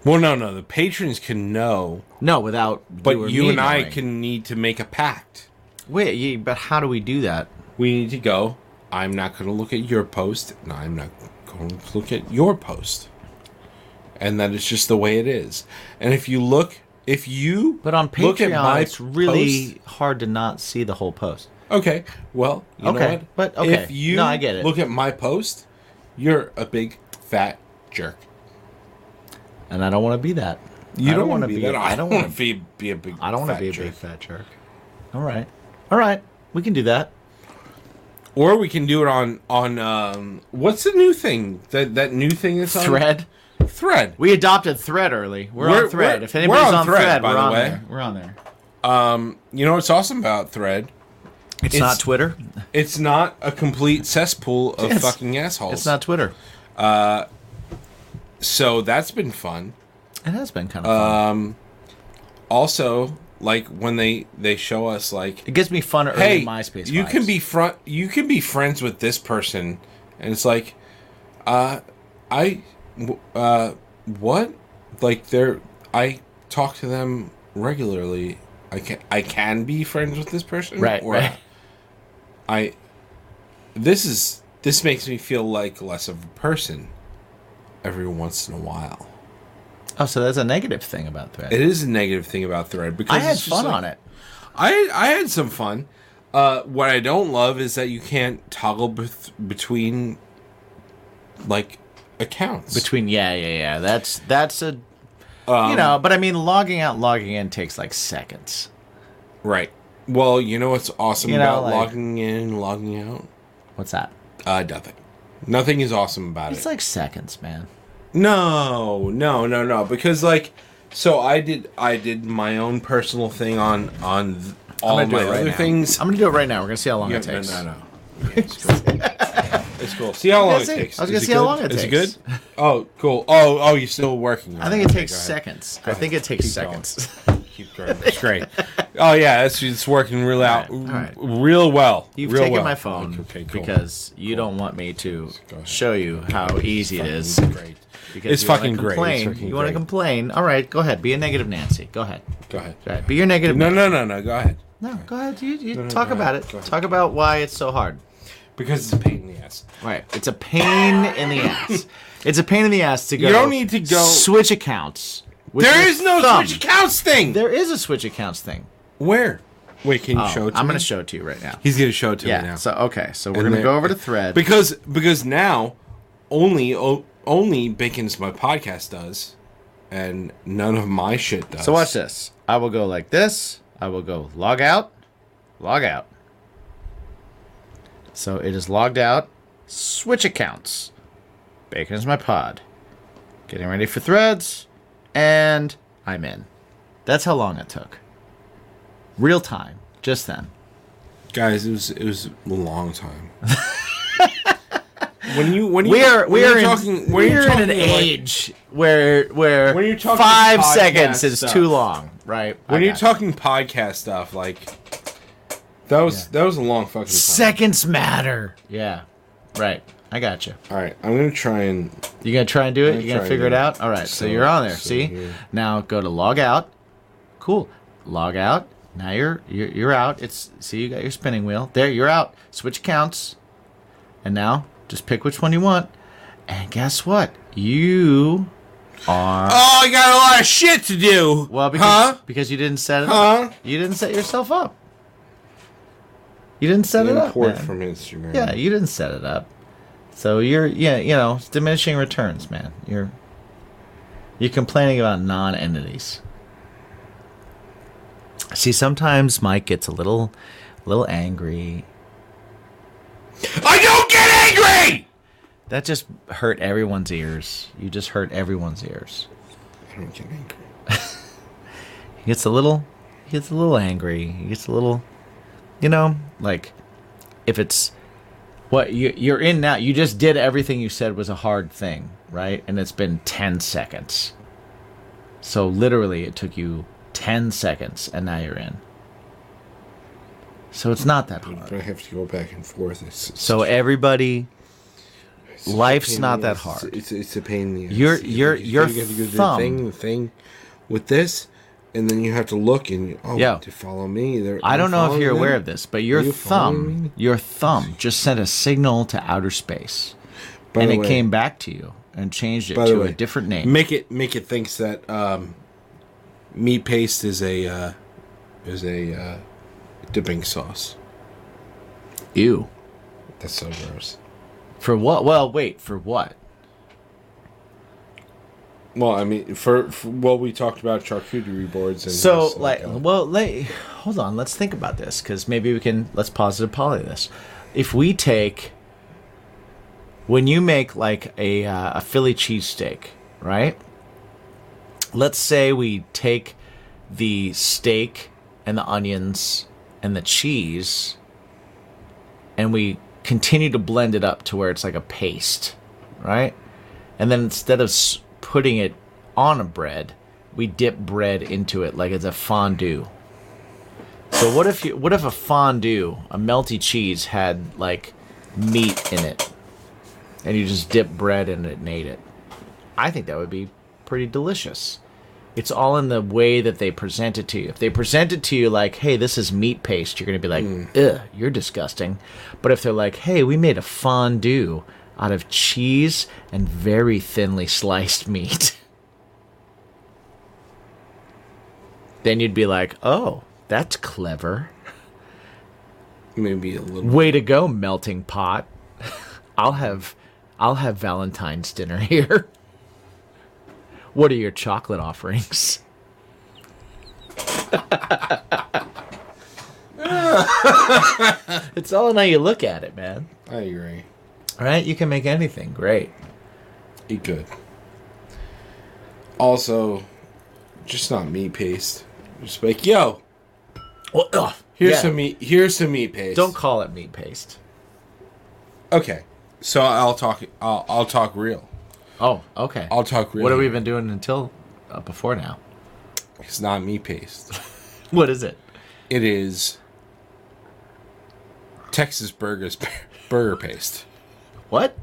Speaker 2: Well, no, no. The patrons can know,
Speaker 1: No, without
Speaker 2: but
Speaker 1: or
Speaker 2: you
Speaker 1: me
Speaker 2: and I
Speaker 1: knowing.
Speaker 2: can need to make a pact.
Speaker 1: wait. You, but how do we do that?
Speaker 2: We need to go. I'm not going to look at your post, and I'm not going to look at your post. And that is just the way it is. And if you look, if you
Speaker 1: But on
Speaker 2: look at
Speaker 1: Patreon,
Speaker 2: my
Speaker 1: it's really
Speaker 2: post-
Speaker 1: hard to not see the whole post.
Speaker 2: okay. Well, you know
Speaker 1: Okay,
Speaker 2: what?
Speaker 1: but okay.
Speaker 2: if you
Speaker 1: No, I get it.
Speaker 2: look at my post, you're a big fat jerk.
Speaker 1: And I don't want to be that. I
Speaker 2: You don't, want
Speaker 1: wanna
Speaker 2: to be that. I don't want
Speaker 1: wanna-
Speaker 2: to be be a big.
Speaker 1: I don't want
Speaker 2: fat
Speaker 1: to be a
Speaker 2: jerk.
Speaker 1: big fat jerk. All right, all right, we can do that.
Speaker 2: Or we can do it on on um what's the new thing that that new thing that's on
Speaker 1: Thread.
Speaker 2: thread.
Speaker 1: We adopted Thread early. We're,
Speaker 2: We're-
Speaker 1: on Thread.
Speaker 2: we're-
Speaker 1: if anybody's
Speaker 2: we're on
Speaker 1: on,
Speaker 2: Thread,
Speaker 1: Thread,
Speaker 2: by
Speaker 1: we're
Speaker 2: the
Speaker 1: on
Speaker 2: way.
Speaker 1: there. We're on there.
Speaker 2: You know what's awesome about thread?
Speaker 1: It's,
Speaker 2: It's-
Speaker 1: not Twitter.
Speaker 2: It's not a complete cesspool of
Speaker 1: It's-
Speaker 2: fucking assholes.
Speaker 1: It's not Twitter.
Speaker 2: So that's been fun.
Speaker 1: It has been kind of fun.
Speaker 2: Uh, Also, like when they they show us like
Speaker 1: It gives me fun early
Speaker 2: hey
Speaker 1: MySpace.
Speaker 2: you can
Speaker 1: vibes.
Speaker 2: be front you can be friends with this person and it's like uh I w- uh what? Like they're I talk to them regularly. I can I can be friends with this person
Speaker 1: Right, right.
Speaker 2: I this is this makes me feel like less of a person every once in a while.
Speaker 1: Oh, so that's a negative thing about Thread.
Speaker 2: It is a negative thing about Thread because
Speaker 1: I had
Speaker 2: it's just
Speaker 1: fun
Speaker 2: like-
Speaker 1: on it.
Speaker 2: I I had some fun. Uh, what I don't love is that you can't toggle beth- between like accounts.
Speaker 1: Between yeah, yeah, yeah. That's that's a you
Speaker 2: Um,
Speaker 1: know, but I mean, logging out, logging in takes like seconds.
Speaker 2: right. Well, you know what's awesome
Speaker 1: You know,
Speaker 2: about
Speaker 1: like-
Speaker 2: logging in and logging out?
Speaker 1: What's that?
Speaker 2: Uh, nothing. Nothing is awesome about it.
Speaker 1: It's like seconds, man.
Speaker 2: No, no, no, no. Because like, so I did. I did my own personal thing on on th- all
Speaker 1: I'm gonna
Speaker 2: my
Speaker 1: do it right
Speaker 2: other
Speaker 1: now.
Speaker 2: things.
Speaker 1: I'm gonna do it right now. We're gonna see how long
Speaker 2: Yeah,
Speaker 1: it takes.
Speaker 2: No, no, no. Yeah, it's, cool. it's cool. See how long it
Speaker 1: see.
Speaker 2: takes.
Speaker 1: I was gonna
Speaker 2: Is
Speaker 1: see how
Speaker 2: good?
Speaker 1: long it
Speaker 2: Is
Speaker 1: takes.
Speaker 2: good? Oh, cool. Oh, oh, you're still working. on
Speaker 1: I think it
Speaker 2: Okay,
Speaker 1: takes
Speaker 2: go ahead.
Speaker 1: seconds. I think it takes
Speaker 2: Keep going.
Speaker 1: seconds.
Speaker 2: keep going. It's great. oh yeah, it's, it's working real out,
Speaker 1: All right, all
Speaker 2: real well.
Speaker 1: You've
Speaker 2: real
Speaker 1: taken
Speaker 2: well.
Speaker 1: my phone
Speaker 2: Okay, cool.
Speaker 1: because you don't want me to
Speaker 2: go ahead.
Speaker 1: show you how easy it is.
Speaker 2: great.
Speaker 1: Because
Speaker 2: It's
Speaker 1: you wanna
Speaker 2: fucking great. It's
Speaker 1: complain.
Speaker 2: fucking
Speaker 1: you want to
Speaker 2: great.
Speaker 1: complain? All right, go ahead. Be a negative Nancy. Go ahead.
Speaker 2: Go ahead.
Speaker 1: Go ahead. Be your negative.
Speaker 2: No, no, no, no. Go ahead.
Speaker 1: No, go ahead. You, you talk
Speaker 2: go
Speaker 1: about
Speaker 2: ahead. Go
Speaker 1: it.
Speaker 2: ahead.
Speaker 1: Talk about why it's so hard.
Speaker 2: Because it's a pain in the ass.
Speaker 1: Right. It's a pain in the ass. It's a pain in the ass to go.
Speaker 2: don't need to go-
Speaker 1: switch accounts. with
Speaker 2: There
Speaker 1: your
Speaker 2: is no
Speaker 1: thumb.
Speaker 2: switch accounts thing.
Speaker 1: There is a switch accounts thing.
Speaker 2: Where? Wait, can you
Speaker 1: Oh,
Speaker 2: show it to
Speaker 1: I'm
Speaker 2: me?
Speaker 1: going to show it to you right now.
Speaker 2: He's gonna show it to
Speaker 1: yeah.
Speaker 2: me now.
Speaker 1: So okay. So we're
Speaker 2: And
Speaker 1: going to
Speaker 2: there-
Speaker 1: go over to thread.
Speaker 2: because because now only o- only Bacon's my podcast does, and none of my shit does.
Speaker 1: So watch this. I will go like this. I will go log out, log out. So it is logged out. Switch accounts. Bacon is my pod. Getting ready for threads, and I'm in. That's how long it took. Real time, just then.
Speaker 2: guys. It was it was a long time. when you when you
Speaker 1: We are
Speaker 2: when
Speaker 1: we
Speaker 2: you're
Speaker 1: are
Speaker 2: talking
Speaker 1: in,
Speaker 2: when
Speaker 1: we
Speaker 2: you're
Speaker 1: are in an
Speaker 2: talking, like-
Speaker 1: age where where
Speaker 2: When you're talking
Speaker 1: five
Speaker 2: podcast
Speaker 1: seconds is
Speaker 2: stuff.
Speaker 1: too long, right? I
Speaker 2: when you're
Speaker 1: got it.
Speaker 2: talking podcast stuff like that was that was a long fucking time.
Speaker 1: seconds matter. Yeah, right. I got you.
Speaker 2: All right, I'm gonna try and
Speaker 1: You gonna try and do it?
Speaker 2: gonna
Speaker 1: You gonna
Speaker 2: try
Speaker 1: figure it
Speaker 2: and do
Speaker 1: out?
Speaker 2: it.
Speaker 1: All right, so,
Speaker 2: So-
Speaker 1: you're on there.
Speaker 2: so
Speaker 1: See,
Speaker 2: here.
Speaker 1: now go to log out. Cool, log out. Now you're, you're you're out. It's see you got your spinning wheel there. You're out. Switch accounts, and now just pick which one you want. And guess what? You
Speaker 2: Oh, I got a lot of shit to do.
Speaker 1: Uh, well because because you didn't set it.
Speaker 2: Huh?
Speaker 1: Up. You did't set yourself up. You didn't set it up.
Speaker 2: Import
Speaker 1: man.
Speaker 2: from Instagram.
Speaker 1: Yeah, you didn't set it up. So you're yeah, you know, it's diminishing returns, man. You're you're complaining about non-entities. See, sometimes Mike gets a little a little angry.
Speaker 2: I don't get angry.
Speaker 1: That just hurt everyone's ears. You just hurt everyone's ears.
Speaker 2: I don't get angry.
Speaker 1: He gets a little he gets a little angry. He gets a little you know, like if it's what you you're in now, you just did everything you said was a hard thing, right? And it's been 10 seconds. So literally it took you 10 seconds and now you're in. So it's not that hard.
Speaker 2: But I have to go back and forth. It's, it's
Speaker 1: So everybody
Speaker 2: it's a
Speaker 1: life's
Speaker 2: pain in
Speaker 1: not
Speaker 2: the
Speaker 1: that
Speaker 2: ass.
Speaker 1: hard.
Speaker 2: It's, it's, it's a pain in the ass.
Speaker 1: Your-
Speaker 2: You
Speaker 1: your-
Speaker 2: think- you
Speaker 1: your
Speaker 2: think you have to go do
Speaker 1: thumb-
Speaker 2: the thing, the thing with this, and then you have to look and you- oh,
Speaker 1: Yeah.
Speaker 2: to follow me. They're,
Speaker 1: I don't know if you're aware of
Speaker 2: this,
Speaker 1: this, but your
Speaker 2: you following
Speaker 1: thumb,
Speaker 2: me?
Speaker 1: your thumb just sent a signal to outer space.
Speaker 2: By
Speaker 1: and
Speaker 2: the
Speaker 1: it
Speaker 2: way-
Speaker 1: came back to you and changed it
Speaker 2: By
Speaker 1: to
Speaker 2: the
Speaker 1: a
Speaker 2: way,
Speaker 1: different name.
Speaker 2: Make it make it thinks that um, meat paste is a uh, is a uh, dipping sauce.
Speaker 1: Ew.
Speaker 2: That's so gross.
Speaker 1: For what? Well, wait, for what?
Speaker 2: Well, I mean, for, for well, we talked about charcuterie boards and
Speaker 1: So,
Speaker 2: this,
Speaker 1: like,
Speaker 2: uh,
Speaker 1: well, let, hold on. Let's think about this because maybe we can, let's positive poly this. If we take, when you make like a, uh, a Philly cheesesteak, right? Let's say we take the steak and the onions and the cheese and we continue to blend it up to where it's like a paste, right? And then instead of s- putting it on a bread, we dip bread into it like it's a fondue. So what if you what if a fondue, a melty cheese had like meat in it and you just dip bread in it and ate it? I think that would be pretty delicious. It's all in the way that they present it to you. If they present it to you like, "Hey, this is meat paste," you're going to be like, "Ugh, you're disgusting." But if they're like, "Hey, we made a fondue out of cheese and very thinly sliced meat." then you'd be like, "Oh, that's clever.
Speaker 2: uh, maybe a little.
Speaker 1: Way to go, melting pot. I'll have I'll have Valentine's dinner here. what are your chocolate offerings?" it's all in how you look at it, man.
Speaker 2: I agree.
Speaker 1: All right, you can make anything great.
Speaker 2: Eat good. Also, just not meat paste. Just like, yo,
Speaker 1: Well, ugh,
Speaker 2: here's
Speaker 1: yeah,
Speaker 2: some meat. Here's some meat paste.
Speaker 1: Don't call it meat paste.
Speaker 2: Okay, so I'll talk. I'll, I'll talk real.
Speaker 1: Oh, okay.
Speaker 2: I'll talk real.
Speaker 1: What have we been doing until uh, before now?
Speaker 2: It's not meat paste.
Speaker 1: What is it?
Speaker 2: It is Texas burgers burger paste.
Speaker 1: What?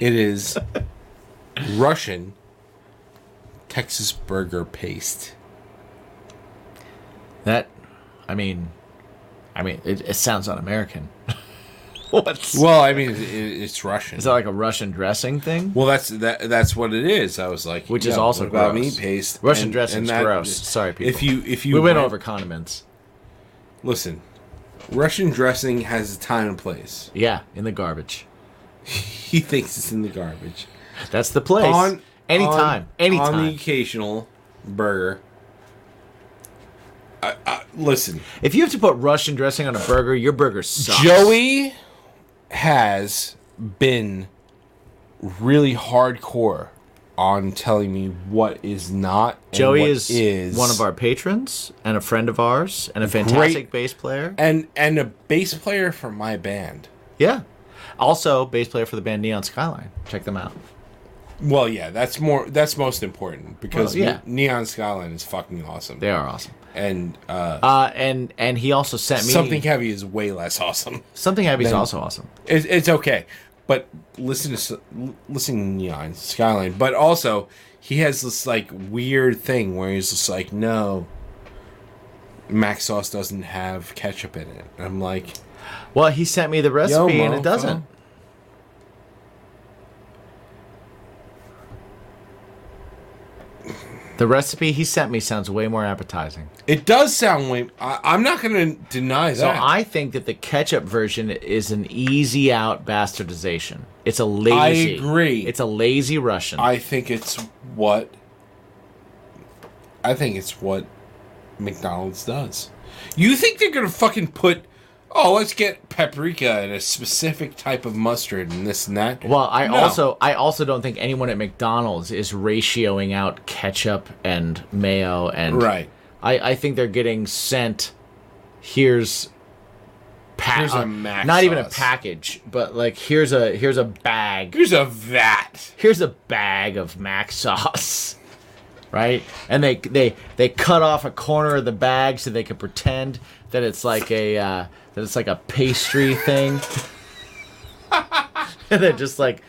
Speaker 2: It is Russian Texas burger paste.
Speaker 1: That, I mean, I mean, it, it sounds un-American. What's
Speaker 2: Well, I mean, it, it, it's Russian.
Speaker 1: is that? Like a Russian dressing thing?
Speaker 2: well, that's that. That's what it is. I was like,
Speaker 1: Which is
Speaker 2: yeah,
Speaker 1: also
Speaker 2: what about
Speaker 1: gross.
Speaker 2: meat paste.
Speaker 1: Russian
Speaker 2: And-
Speaker 1: dressing's
Speaker 2: and that-
Speaker 1: gross. Sorry, people.
Speaker 2: If you if you
Speaker 1: we went
Speaker 2: went-
Speaker 1: over condiments.
Speaker 2: listen, Russian dressing has a time and place.
Speaker 1: Yeah, in the garbage.
Speaker 2: He thinks it's in the garbage.
Speaker 1: That's the place. anytime,
Speaker 2: on-
Speaker 1: anytime.
Speaker 2: on the occasional burger. I, I, listen,
Speaker 1: if you have to put Russian dressing on a burger, your burger sucks.
Speaker 2: Joey has been really hardcore on telling me what is not. and
Speaker 1: Joey
Speaker 2: what
Speaker 1: is, one of our patrons and a friend of ours and a fantastic bass player.
Speaker 2: and and a bass player for my band.
Speaker 1: Yeah. Also, bass player for the band Neon Skyline. Check them out.
Speaker 2: Well, yeah, that's more. That's most important because
Speaker 1: Well, yeah.
Speaker 2: Ne- Neon Skyline is fucking awesome,
Speaker 1: They are awesome.
Speaker 2: and uh,
Speaker 1: Uh, and and he also sent me
Speaker 2: something heavy is way less awesome.
Speaker 1: Something Heavy's
Speaker 2: Then-
Speaker 1: also awesome.
Speaker 2: It's, it's okay, but listen to s- l- listen to Neon Skyline. But also, he has this like weird thing where he's just like, no, mac sauce doesn't have ketchup in it. And I'm like,
Speaker 1: Well, he sent me the
Speaker 2: yo,
Speaker 1: recipe and
Speaker 2: mofo.
Speaker 1: it doesn't. The recipe he sent me sounds way more appetizing.
Speaker 2: It does sound way. I, I'm not gonna deny
Speaker 1: So
Speaker 2: that.
Speaker 1: I think that the ketchup version is an easy out bastardization. It's a
Speaker 2: I
Speaker 1: lazy.
Speaker 2: agree.
Speaker 1: It's a lazy Russian.
Speaker 2: I think it's what I think it's what McDonald's does. You think they're gonna fucking put oh let's get paprika and a specific type of mustard and this and that.
Speaker 1: well, I
Speaker 2: No.
Speaker 1: also I also don't think anyone at McDonald's is ratioing out ketchup and mayo and
Speaker 2: Right.
Speaker 1: I, I think they're getting sent. Here's, pa-
Speaker 2: Here's a
Speaker 1: uh,
Speaker 2: mac
Speaker 1: not even a
Speaker 2: sauce.
Speaker 1: package, but like here's a here's a bag.
Speaker 2: Here's a vat.
Speaker 1: Here's a bag of mac sauce, right? And they they they cut off a corner of the bag so they could pretend that it's like a uh, that it's like a pastry thing. and they're just like,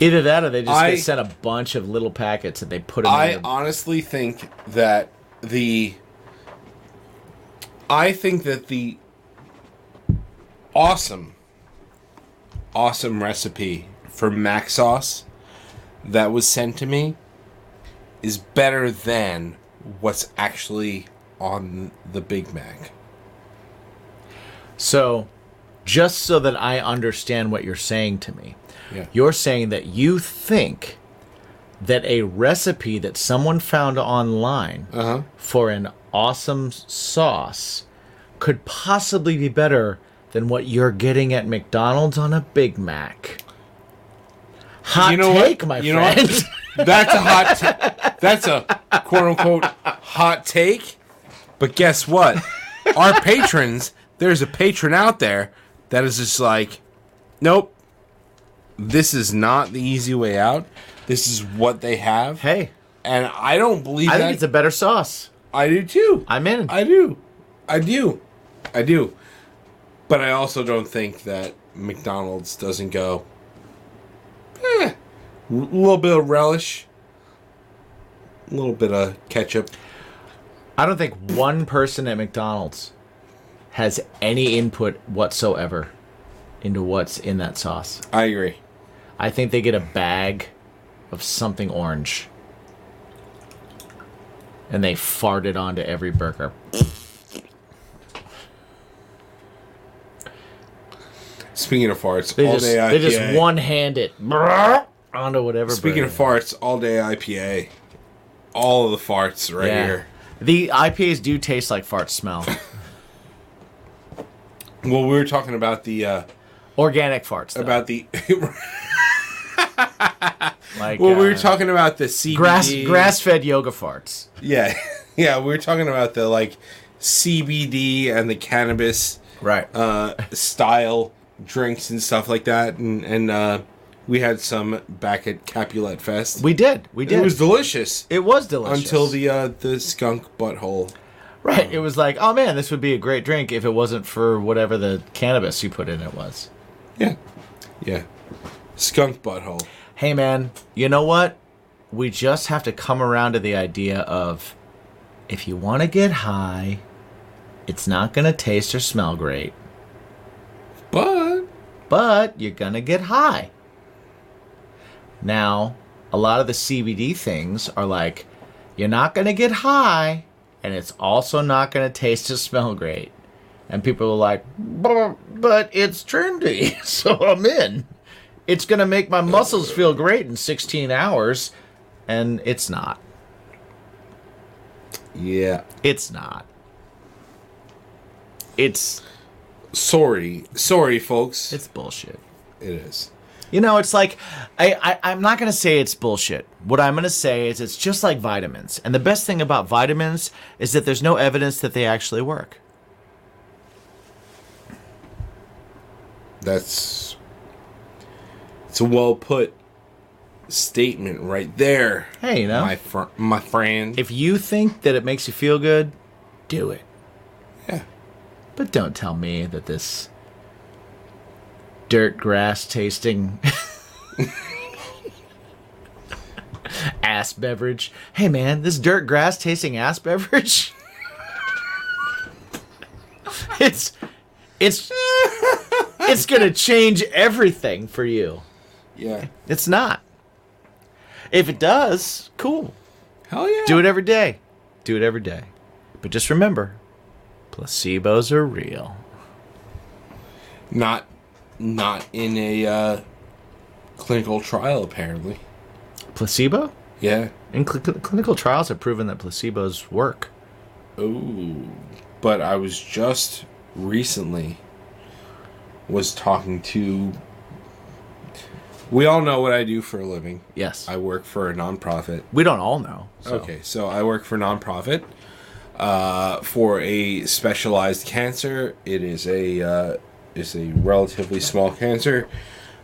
Speaker 1: either that or they just
Speaker 2: I-
Speaker 1: get sent a bunch of little packets and they put them.
Speaker 2: I
Speaker 1: in the-
Speaker 2: honestly think that the I think that the awesome awesome recipe for mac sauce that was sent to me is better than what's actually on the Big Mac.
Speaker 1: so, just so that I understand what you're saying to me,
Speaker 2: Yeah.
Speaker 1: You're saying that you think that a recipe that someone found online
Speaker 2: Uh-huh.
Speaker 1: for an awesome s- sauce could possibly be better than what you're getting at McDonald's on a Big Mac. Hot
Speaker 2: You know what?
Speaker 1: take, my
Speaker 2: You know what?
Speaker 1: friend.
Speaker 2: That's a hot ta- that's a quote unquote hot take. But guess what? Our patrons, there's a patron out there that is just like, nope. This is not the easy way out. This is what they have.
Speaker 1: hey,
Speaker 2: And I don't believe
Speaker 1: I
Speaker 2: that.
Speaker 1: think it's a better sauce.
Speaker 2: I do too.
Speaker 1: I'm in.
Speaker 2: I do. I do. I do. But I also don't think that McDonald's doesn't go eh, a little bit of relish, a little bit of ketchup.
Speaker 1: I don't think one person at McDonald's has any input whatsoever into what's in that sauce.
Speaker 2: I agree.
Speaker 1: I think they get a bag of something orange. And they fart it onto every burger.
Speaker 2: Speaking of farts,
Speaker 1: They
Speaker 2: all
Speaker 1: just
Speaker 2: day IPA.
Speaker 1: they just one hand it onto whatever.
Speaker 2: Speaking
Speaker 1: burger.
Speaker 2: of farts, all day IPA. All of the farts right
Speaker 1: yeah.
Speaker 2: here.
Speaker 1: The IPAs do taste like fart smell.
Speaker 2: Well, we were talking about the uh,
Speaker 1: Organic farts. Though.
Speaker 2: about the
Speaker 1: like
Speaker 2: well, we were
Speaker 1: uh,
Speaker 2: talking about the CBD
Speaker 1: grass grass fed yoga farts.
Speaker 2: Yeah, yeah, we were talking about the like CBD and the cannabis
Speaker 1: Right.
Speaker 2: uh, style drinks and stuff like that, and and uh, We had some back at Capulet Fest.
Speaker 1: We did. We did.
Speaker 2: It was delicious.
Speaker 1: It was delicious.
Speaker 2: until the uh, the skunk butthole.
Speaker 1: right. It was like, oh man, this would be a great drink if it wasn't for whatever the cannabis you put in it was.
Speaker 2: Yeah, yeah, skunk butthole.
Speaker 1: Hey man, you know what? We just have to come around to the idea of if you want to get high, it's not going to taste or smell great,
Speaker 2: But
Speaker 1: but you're going to get high. Now, a lot of the CBD things are like you're not going to get high and it's also not going to taste or smell great. And people are like, "Bu- but it's trendy, so I'm in. It's going to make my muscles feel great in 16 hours. And it's not.
Speaker 2: yeah,
Speaker 1: It's not. It's
Speaker 2: sorry, sorry, folks. It's,
Speaker 1: it's bullshit.
Speaker 2: it
Speaker 1: You know, it's like I, I I'm not gonna say it's bullshit. What I'm gonna say is it's just like vitamins. And the best thing about vitamins is that there's no evidence that they actually work.
Speaker 2: That's it's a well put statement right there.
Speaker 1: Hey, you know.
Speaker 2: my fr- my friend.
Speaker 1: If you think that it makes you feel good, do it.
Speaker 2: yeah,
Speaker 1: But don't tell me that this dirt grass tasting ass beverage. Hey man, this dirt grass tasting ass beverage. it's it's it's going to change everything for you.
Speaker 2: yeah,
Speaker 1: It's not. If it does, cool.
Speaker 2: hell yeah.
Speaker 1: Do it every day. Do it every day. But just remember, placebos are real.
Speaker 2: Not not in a uh, clinical trial apparently.
Speaker 1: Placebo?
Speaker 2: Yeah.
Speaker 1: And cl- cl- clinical trials have proven that placebos work.
Speaker 2: Ooh. But I was just recently was talking to We all know what I do for a living.
Speaker 1: Yes.
Speaker 2: I Oh, work for a nonprofit.
Speaker 1: we don't all know. so.
Speaker 2: Okay, so I work for a nonprofit uh, for a specialized cancer. It is a uh, is a relatively small cancer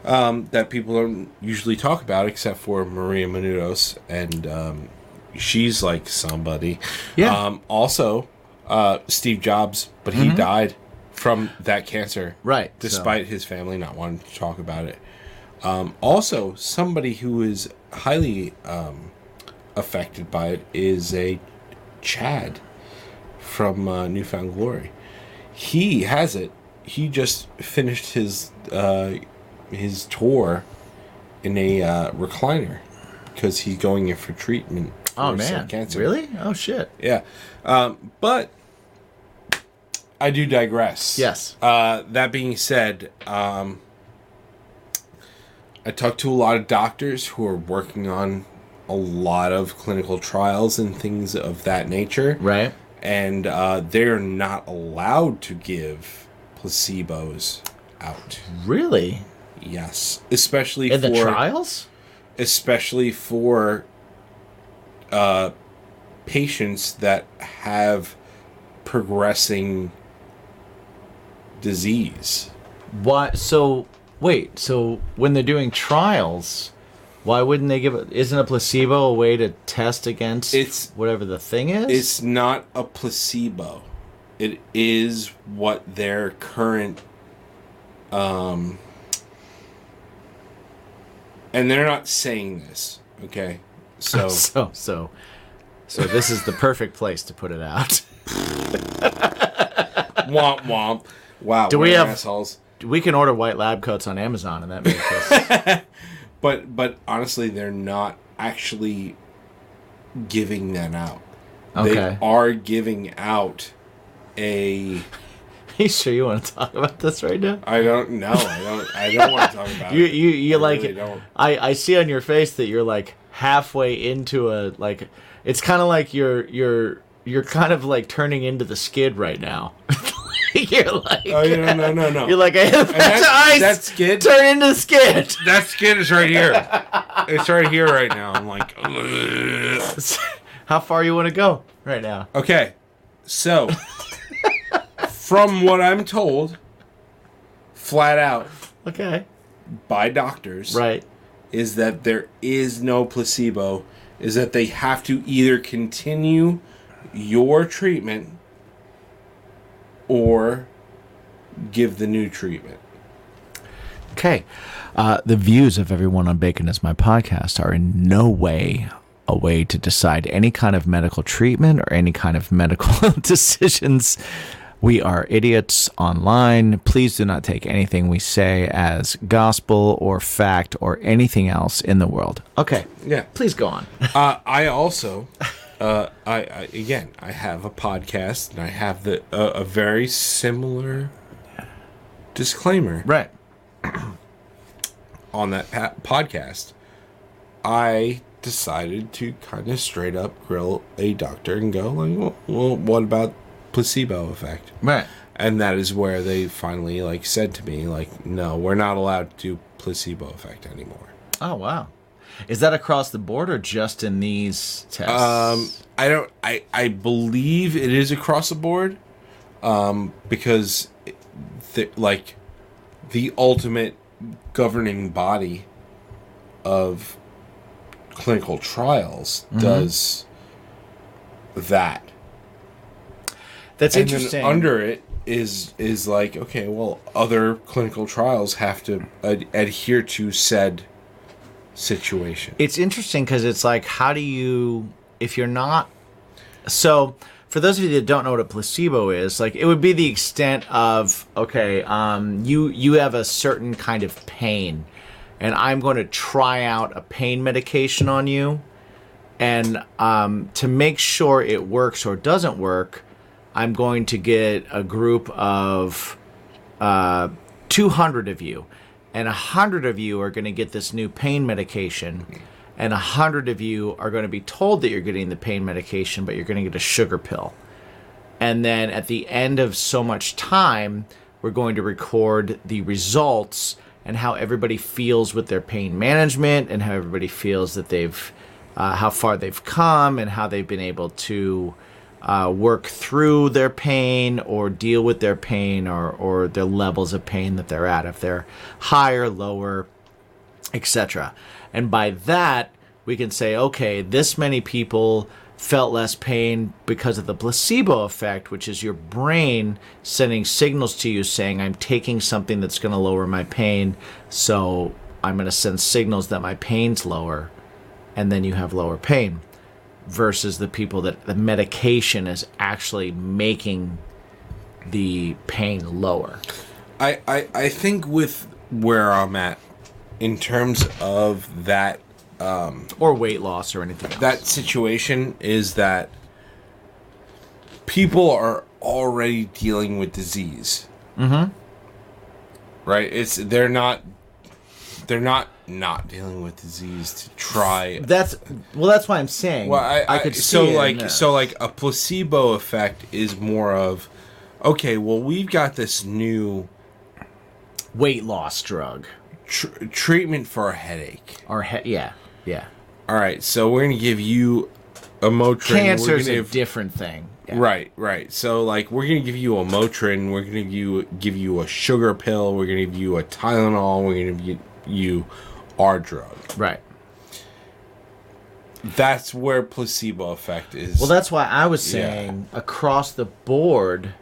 Speaker 2: um, that people don't usually talk about, except for Maria Menounos, and um, she's like somebody.
Speaker 1: Yeah. Mm-hmm.
Speaker 2: Um, also, uh, Steve Jobs, but he died from that cancer.
Speaker 1: Right, so-
Speaker 2: Despite his family not wanting to talk about it. Um, also, somebody who is highly um, affected by it is a Chad from uh, Newfound Glory. He has it. He just finished his uh, his tour in a uh, recliner because he's going in for treatment. For
Speaker 1: Oh
Speaker 2: some
Speaker 1: man. Really? Oh shit.
Speaker 2: Yeah. Um, but I do digress.
Speaker 1: Yes.
Speaker 2: Uh, that being said, um, I talked to a lot of doctors who are working on a lot of clinical trials and things of that nature.
Speaker 1: Right.
Speaker 2: And uh, they're not allowed to give placebos out.
Speaker 1: Really?
Speaker 2: Yes. Especially
Speaker 1: In
Speaker 2: for
Speaker 1: the trials?
Speaker 2: especially for uh, patients that have progressing disease.
Speaker 1: Why? So wait. So when they're doing trials, why wouldn't they give? A, isn't a placebo a way to test against
Speaker 2: It's-
Speaker 1: whatever the thing is?
Speaker 2: It's not a placebo. It is what their current um and they're not saying this, okay? So
Speaker 1: so so so. This is the perfect place to put it out.
Speaker 2: womp womp. Wow,
Speaker 1: Do we
Speaker 2: we're
Speaker 1: have-
Speaker 2: assholes.
Speaker 1: We can order white lab coats on Amazon, and that makes us.
Speaker 2: But but honestly, they're not actually giving that out.
Speaker 1: Okay.
Speaker 2: They are giving out a
Speaker 1: you sure you want to talk about this right now?
Speaker 2: I don't know. I don't I don't want to talk about
Speaker 1: You
Speaker 2: it.
Speaker 1: you you
Speaker 2: I
Speaker 1: like
Speaker 2: really don't.
Speaker 1: I I see on your face that you're like halfway into a like it's kind of like you're you're you're kind of like turning into the skid right now. you're like
Speaker 2: Oh yeah, no no no.
Speaker 1: you're like I have
Speaker 2: that's-
Speaker 1: to ice
Speaker 2: that skid-
Speaker 1: turn into the skid.
Speaker 2: that skin is right here. It's right here right now. I'm like "Ugh."
Speaker 1: How far you want to go right now?
Speaker 2: Okay. So from what I'm told, flat out,
Speaker 1: Okay.
Speaker 2: by doctors
Speaker 1: Right.
Speaker 2: is that there is no placebo, is that they have to either continue your treatment or give the new treatment.
Speaker 1: Okay. Uh, the views of everyone on Bacon is My Podcast are in no way a way to decide any kind of medical treatment or any kind of medical decisions. We are idiots online. Please do not take anything we say as gospel or fact or anything else in the world. Okay.
Speaker 2: Yeah.
Speaker 1: Please go on.
Speaker 2: Uh, I also, uh, I, I again, I have a podcast and I have the uh, a very similar disclaimer
Speaker 1: Right.
Speaker 2: on that pa- podcast. I decided to kind of straight up grill a doctor and go like, well, well what about placebo effect?
Speaker 1: Right.
Speaker 2: and that is where they finally like said to me like no we're not allowed to do placebo effect anymore
Speaker 1: Oh, wow. Is that across the board or just in these tests?
Speaker 2: um i don't i i believe it is across the board um because it- the, like the ultimate governing body of clinical trials does that
Speaker 1: That's
Speaker 2: and
Speaker 1: interesting.
Speaker 2: then under it is is like okay well other clinical trials have to ad- adhere to said situation
Speaker 1: it's interesting because it's like how do you if you're not so for those of you that don't know what a placebo is like it would be the extent of okay um, you you have a certain kind of pain and i'm going to try out a pain medication on you and um, to make sure it works or doesn't work i'm going to get a group of uh, 200 of you, and 100 of you are going to get this new pain medication, and 100 of you are going to be told that you're getting the pain medication, but you're going to get a sugar pill. And then at the end of so much time, we're going to record the results and how everybody feels with their pain management and how everybody feels that they've, uh, how far they've come and how they've been able to uh, work through their pain or deal with their pain or, or their levels of pain that they're at, if they're higher, lower, etc. And by that, we can say, okay, this many people felt less pain because of the placebo effect, which is your brain sending signals to you saying, I'm taking something that's going to lower my pain. So I'm going to send signals that my pain's lower. And then you have lower pain versus the people that the medication is actually making the pain lower.
Speaker 2: I, I i think with where i'm at in terms of that
Speaker 1: Or weight loss or anything else.
Speaker 2: that situation is that people are already dealing with disease mm-hmm. right it's they're not they're not not dealing with disease to try
Speaker 1: That's well. That's why I'm saying.
Speaker 2: Well, I, I,
Speaker 1: could see
Speaker 2: so
Speaker 1: it in
Speaker 2: like
Speaker 1: this.
Speaker 2: so like a placebo effect is more of okay. Well, we've got this new
Speaker 1: weight loss drug
Speaker 2: tr- treatment for a headache.
Speaker 1: or he- yeah yeah
Speaker 2: All right, so we're gonna give you a Motrin. we're
Speaker 1: cancer's
Speaker 2: gonna
Speaker 1: a
Speaker 2: give-
Speaker 1: different thing. Yeah.
Speaker 2: Right, right. So like we're gonna give you a Motrin. We're gonna give you give you a sugar pill. We're gonna give you a Tylenol. We're gonna give you, you our drug.
Speaker 1: right.
Speaker 2: That's where placebo effect is.
Speaker 1: Well, that's why I was
Speaker 2: Yeah.
Speaker 1: saying across the board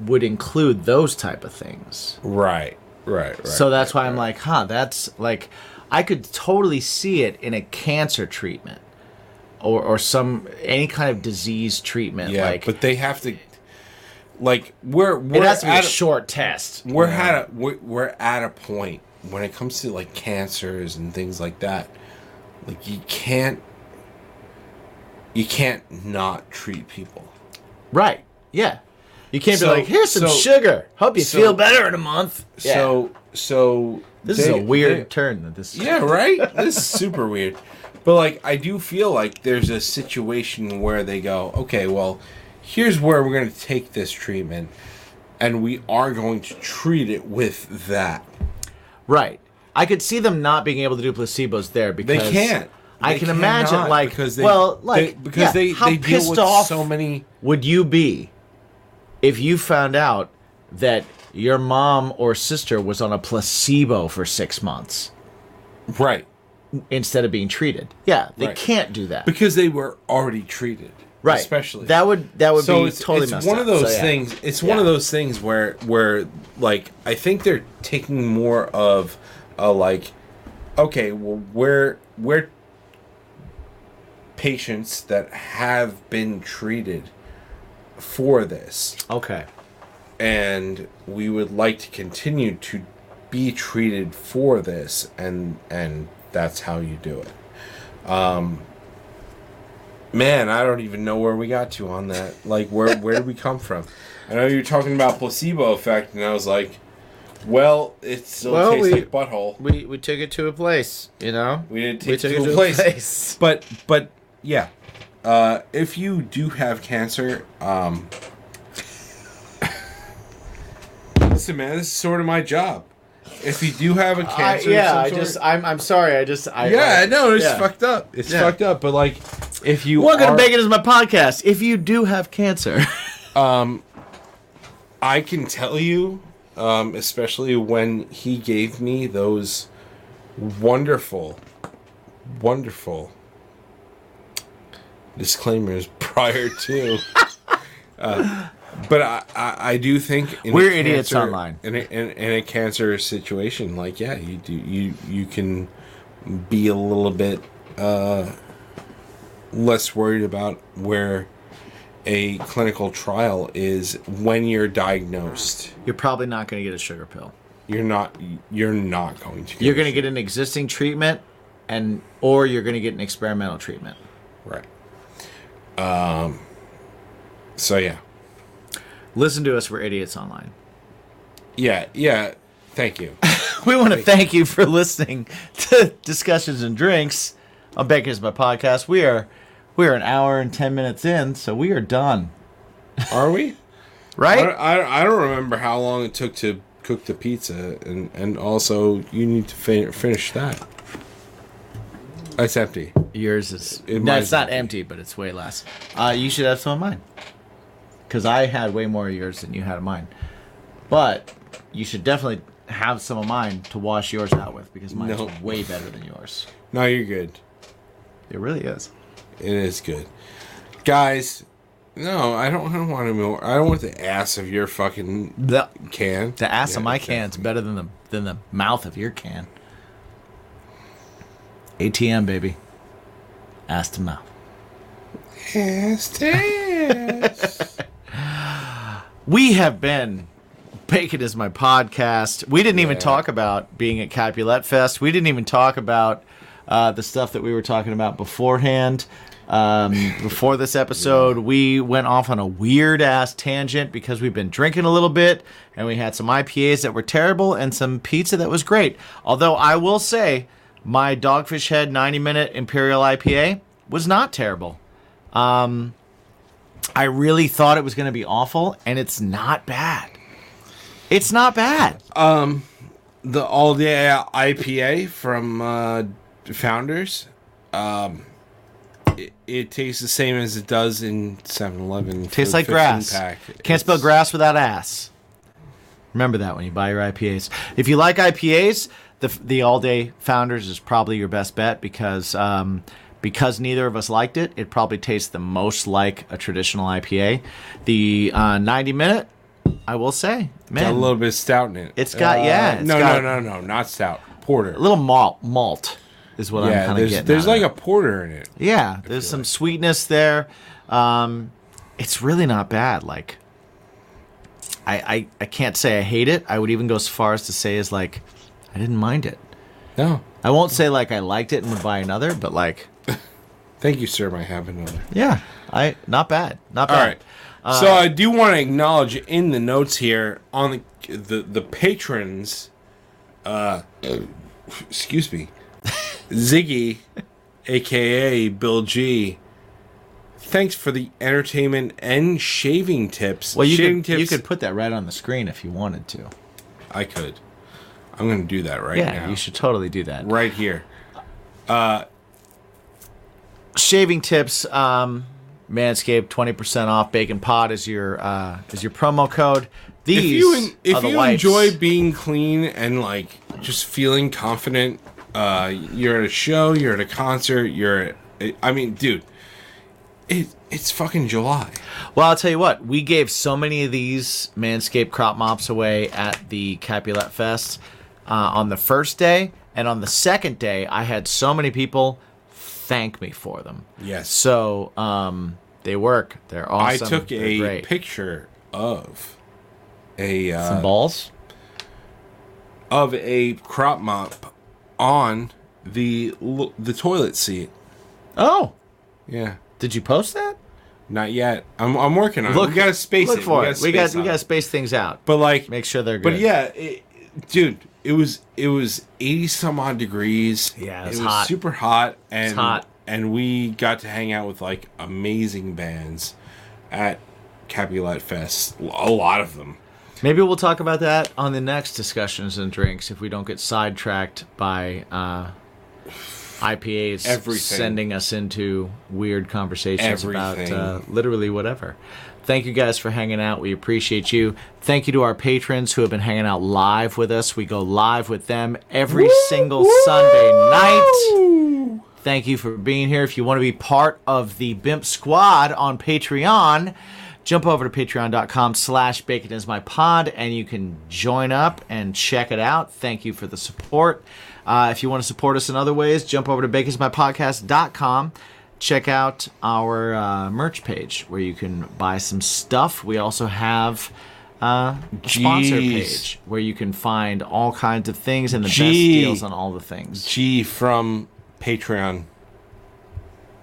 Speaker 1: would include those type of things.
Speaker 2: right, right, right.
Speaker 1: so that's why I'm like, huh, that's like I could totally see it in a cancer treatment or or some any kind of disease treatment
Speaker 2: yeah,
Speaker 1: like
Speaker 2: but they have to. Like we're
Speaker 1: it
Speaker 2: we're
Speaker 1: has to be a
Speaker 2: at a-
Speaker 1: short test.
Speaker 2: we're at a we're, we're at a point when it comes to like cancers and things like that like you can't you can't not treat people
Speaker 1: Right. Yeah. You can't
Speaker 2: So-
Speaker 1: be like, here's some
Speaker 2: so-
Speaker 1: sugar. Hope you
Speaker 2: so-
Speaker 1: feel better in a month. Yeah.
Speaker 2: so so
Speaker 1: this is
Speaker 2: they-
Speaker 1: a weird
Speaker 2: they-
Speaker 1: turn that this
Speaker 2: Yeah, right? this is super weird. But like I do feel like there's a situation where they go, okay, well, here's where we're going to take this treatment and we are going to treat it with that.
Speaker 1: Right. I could see them not being able to do placebos there
Speaker 2: They
Speaker 1: because
Speaker 2: can't.
Speaker 1: I
Speaker 2: They
Speaker 1: can imagine,
Speaker 2: cannot
Speaker 1: like,
Speaker 2: because they,
Speaker 1: well,
Speaker 2: they-
Speaker 1: like,
Speaker 2: because
Speaker 1: yeah,
Speaker 2: they
Speaker 1: how
Speaker 2: they deal
Speaker 1: pissed
Speaker 2: with
Speaker 1: off
Speaker 2: so many.
Speaker 1: would you be if you found out that your mom or sister was on a placebo for six months
Speaker 2: Right.
Speaker 1: instead of being treated. Yeah, they
Speaker 2: Right.
Speaker 1: can't do that.
Speaker 2: Because they were already treated.
Speaker 1: right.
Speaker 2: Especially.
Speaker 1: that would that would
Speaker 2: so
Speaker 1: be
Speaker 2: it's,
Speaker 1: totally
Speaker 2: it's
Speaker 1: messed
Speaker 2: one
Speaker 1: up.
Speaker 2: of those
Speaker 1: So, yeah.
Speaker 2: things it's one of
Speaker 1: Yeah.
Speaker 2: those things where where like i think they're taking more of a like okay well we're we're patients that have been treated for this
Speaker 1: Okay.
Speaker 2: and we would like to continue to be treated for this and and that's how you do it um man i don't even know where we got to on that like where where did we come from i know you were talking about placebo effect and i was like well it still
Speaker 1: Well,
Speaker 2: tastes
Speaker 1: we-
Speaker 2: like butthole we,
Speaker 1: We we took it to a place, you know.
Speaker 2: didn't take it to a place, but but yeah uh if you do have cancer um listen man this is sort of my job if you do have a
Speaker 1: I,
Speaker 2: cancer of
Speaker 1: yeah,
Speaker 2: some
Speaker 1: I
Speaker 2: sort-
Speaker 1: just I'm I'm sorry. I just I
Speaker 2: yeah
Speaker 1: I,
Speaker 2: i know it's
Speaker 1: yeah.
Speaker 2: fucked up it's
Speaker 1: Yeah.
Speaker 2: fucked up but like if you
Speaker 1: Welcome to
Speaker 2: are-
Speaker 1: Bacon is my podcast. If you do have cancer,
Speaker 2: I can tell you, um, especially when he gave me those wonderful, wonderful disclaimers prior to. uh, but I, I, I do think in a
Speaker 1: We're idiots online.
Speaker 2: in a, in, in a cancer situation. Like, yeah, you do you you can be a little bit uh, less worried about where a clinical trial is when you're diagnosed.
Speaker 1: you're probably not going to get a sugar pill.
Speaker 2: You're not. You're not going to. Get
Speaker 1: You're going to get an existing treatment, and or you're going to get an experimental treatment.
Speaker 2: right. Um. So yeah,
Speaker 1: Listen to us. We're idiots online.
Speaker 2: yeah, yeah. Thank you.
Speaker 1: We want to thank you for listening to Discussions and Drinks on Bacon is my podcast. We are we are an hour and ten minutes in, so we are done.
Speaker 2: Are we? I,
Speaker 1: Right?
Speaker 2: I, I don't remember how long it took to cook the pizza, and and also you need to fin- finish that. It's empty.
Speaker 1: Yours is
Speaker 2: It
Speaker 1: no,
Speaker 2: might
Speaker 1: it's not
Speaker 2: be.
Speaker 1: empty, but it's way less. Uh, you should have some of mine because I had way more of yours than you had of mine. But you should definitely have some of mine to wash yours out with because mine's
Speaker 2: No.
Speaker 1: way better than yours.
Speaker 2: No, you're good.
Speaker 1: It really is.
Speaker 2: It is good, guys. No, I don't, I don't want to. More, I don't want the ass of your fucking
Speaker 1: The,
Speaker 2: can.
Speaker 1: the ass of
Speaker 2: Yeah,
Speaker 1: my
Speaker 2: okay.
Speaker 1: can's better than the than the mouth of your can. ATM baby, ass to mouth.
Speaker 2: Ass test.
Speaker 1: We have been Bacon is my podcast. We didn't even
Speaker 2: Yeah.
Speaker 1: talk about being at Capulet Fest. We didn't even talk about uh, the stuff that we were talking about beforehand. Um, before this episode, we went off on a weird ass tangent because we've been drinking a little bit and we had some IPAs that were terrible and some pizza that was great. Although I will say, my Dogfish Head 90 minute Imperial IPA was not terrible. I really thought it was going to be awful, and it's not bad. It's not bad.
Speaker 2: the all day IPA from uh, Founders. Um, it, it tastes the same as it does in 7-Eleven. for
Speaker 1: Tastes
Speaker 2: the
Speaker 1: like grass.
Speaker 2: 15-pack.
Speaker 1: Can't spell
Speaker 2: It's-
Speaker 1: grass without ass. Remember that when you buy your IPAs. If you like IPAs, the the All Day Founders is probably your best bet because um, because neither of us liked it. It probably tastes the most like a traditional IPA. The uh, ninety minute, I will say,
Speaker 2: Got
Speaker 1: man,
Speaker 2: a little bit of stout in it. Uh,
Speaker 1: It's got- yeah, it's
Speaker 2: no,
Speaker 1: got-
Speaker 2: no, no, no, not stout. Porter.
Speaker 1: little malt malt is what I'm
Speaker 2: yeah,
Speaker 1: kind of
Speaker 2: there's
Speaker 1: getting.
Speaker 2: there's
Speaker 1: out of
Speaker 2: like
Speaker 1: it.
Speaker 2: a porter in it.
Speaker 1: Yeah, there's some sweetness there. Um, it's really not bad. Like, I, I I can't say I hate it. I would even go as far as to say is like, I didn't mind it.
Speaker 2: No,
Speaker 1: I won't say like I liked it and would buy another, but like,
Speaker 2: thank you, sir. I have another.
Speaker 1: yeah, I not bad, not
Speaker 2: All
Speaker 1: bad.
Speaker 2: right. so
Speaker 1: Uh,
Speaker 2: I do want to acknowledge in the notes here on the the, the patrons. Uh, excuse me, Ziggy, aka Bill G. Thanks for the entertainment and shaving tips.
Speaker 1: Well, you
Speaker 2: shaving
Speaker 1: could, you could put that right on the screen if you wanted to.
Speaker 2: I could. I'm gonna do that right
Speaker 1: Yeah,
Speaker 2: now.
Speaker 1: you should totally do that.
Speaker 2: Right here.
Speaker 1: Shaving tips. Um, Manscaped twenty percent off bacon pod is your uh, is your promo code. These
Speaker 2: if you en-
Speaker 1: are
Speaker 2: if
Speaker 1: the
Speaker 2: you
Speaker 1: wipes.
Speaker 2: enjoy being clean and like just feeling confident, uh, you're at a show, you're at a concert, you're, at, I mean, dude, it it's fucking July.
Speaker 1: Well, I'll tell you what, we gave so many of these Manscaped crop mops away at the Capulet Fest uh, on the first day. And on the second day, I had so many people thank me for them.
Speaker 2: Yes.
Speaker 1: So um, they work. They're
Speaker 2: I
Speaker 1: awesome.
Speaker 2: took
Speaker 1: They're
Speaker 2: a
Speaker 1: great.
Speaker 2: picture of a
Speaker 1: Some
Speaker 2: uh,
Speaker 1: balls.
Speaker 2: of a crop mop on the l- the toilet seat.
Speaker 1: Oh,
Speaker 2: Yeah,
Speaker 1: did you post that?
Speaker 2: not yet. I'm I'm working on it. We gotta space
Speaker 1: look
Speaker 2: it.
Speaker 1: for it.
Speaker 2: gotta
Speaker 1: We got
Speaker 2: space
Speaker 1: we
Speaker 2: on
Speaker 1: got to
Speaker 2: it.
Speaker 1: space things out.
Speaker 2: But like,
Speaker 1: Make sure they're good.
Speaker 2: But yeah, it, dude, it was it was eighty some odd degrees.
Speaker 1: Yeah, it was
Speaker 2: was
Speaker 1: hot.
Speaker 2: super hot and
Speaker 1: hot.
Speaker 2: And we got to hang out with like amazing bands at Capulet Fest. A lot of them.
Speaker 1: Maybe we'll talk about that on the next discussions and drinks if we don't get sidetracked by uh, IPAs
Speaker 2: Everything.
Speaker 1: sending us into weird conversations
Speaker 2: Everything.
Speaker 1: about uh, literally whatever. Thank you guys for hanging out. We appreciate you. Thank you to our patrons who have been hanging out live with us. We go live with them every single Sunday night. Thank you for being here. If you want to be part of the BIMP squad on Patreon, jump over to patreon.com slash bacon is my pod and you can join up and check it out. Thank you for the support. Uh, if you want to support us in other ways, jump over to baconismypodcast.com. Check out our uh, merch page where you can buy some stuff. We also have uh, a sponsor
Speaker 2: Jeez.
Speaker 1: page where you can find all kinds of things and the best
Speaker 2: Gee.
Speaker 1: deals on all the things.
Speaker 2: G from Patreon.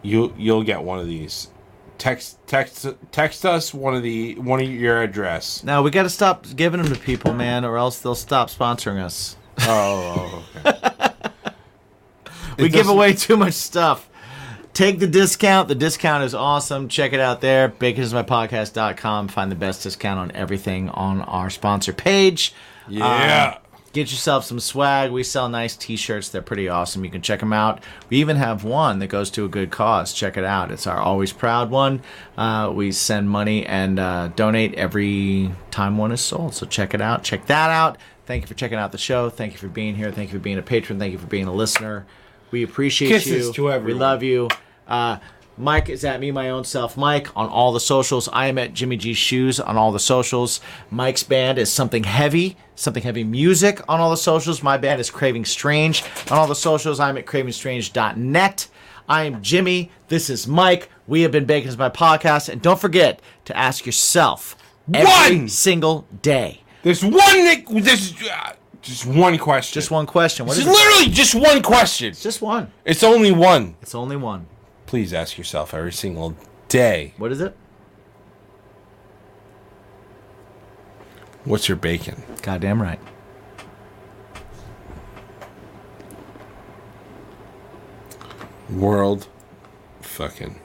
Speaker 2: You you'll get one of these. Text text text us one of the one of your address.
Speaker 1: Now we got to stop giving them to people, man, or else they'll stop sponsoring us.
Speaker 2: Oh, okay.
Speaker 1: We give
Speaker 2: doesn't-
Speaker 1: away too much stuff. Take the discount. The discount is awesome. Check it out there. Baconismypodcast.com. Find the best discount on everything on our sponsor page. Uh,
Speaker 2: yeah.
Speaker 1: Get yourself some swag. We sell nice t shirts. They're pretty awesome. You can check them out. We even have one that goes to a good cause. Check it out. It's our Always Proud one. Uh, we send money and uh, donate every time one is sold. So check it out. Check that out. Thank you for checking out the show. Thank you for being here. Thank you for being a patron. Thank you for being a listener. We appreciate
Speaker 2: Kisses
Speaker 1: you.
Speaker 2: to
Speaker 1: We
Speaker 2: everyone.
Speaker 1: love you. Uh, Mike is at me, my own self, Mike, on all the socials. I am at Jimmy G Shoes on all the socials. Mike's band is Something Heavy, Something Heavy Music on all the socials. My band is Craving Strange on all the socials. I'm at cravingstrange.net. I am Jimmy. This is Mike. We have been Bacon's My Podcast. And don't forget to ask yourself every
Speaker 2: One!
Speaker 1: single day.
Speaker 2: There's one Nick. There's uh, just one question.
Speaker 1: Just one question. What
Speaker 2: This
Speaker 1: is
Speaker 2: is
Speaker 1: it?
Speaker 2: literally just one question.
Speaker 1: Just one.
Speaker 2: It's only one.
Speaker 1: It's only one.
Speaker 2: Please ask yourself every single day.
Speaker 1: What is it?
Speaker 2: What's your bacon?
Speaker 1: Goddamn right.
Speaker 2: World, fucking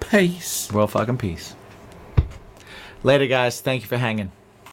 Speaker 2: peace.
Speaker 1: World fucking peace. Later, guys. Thank you for hanging.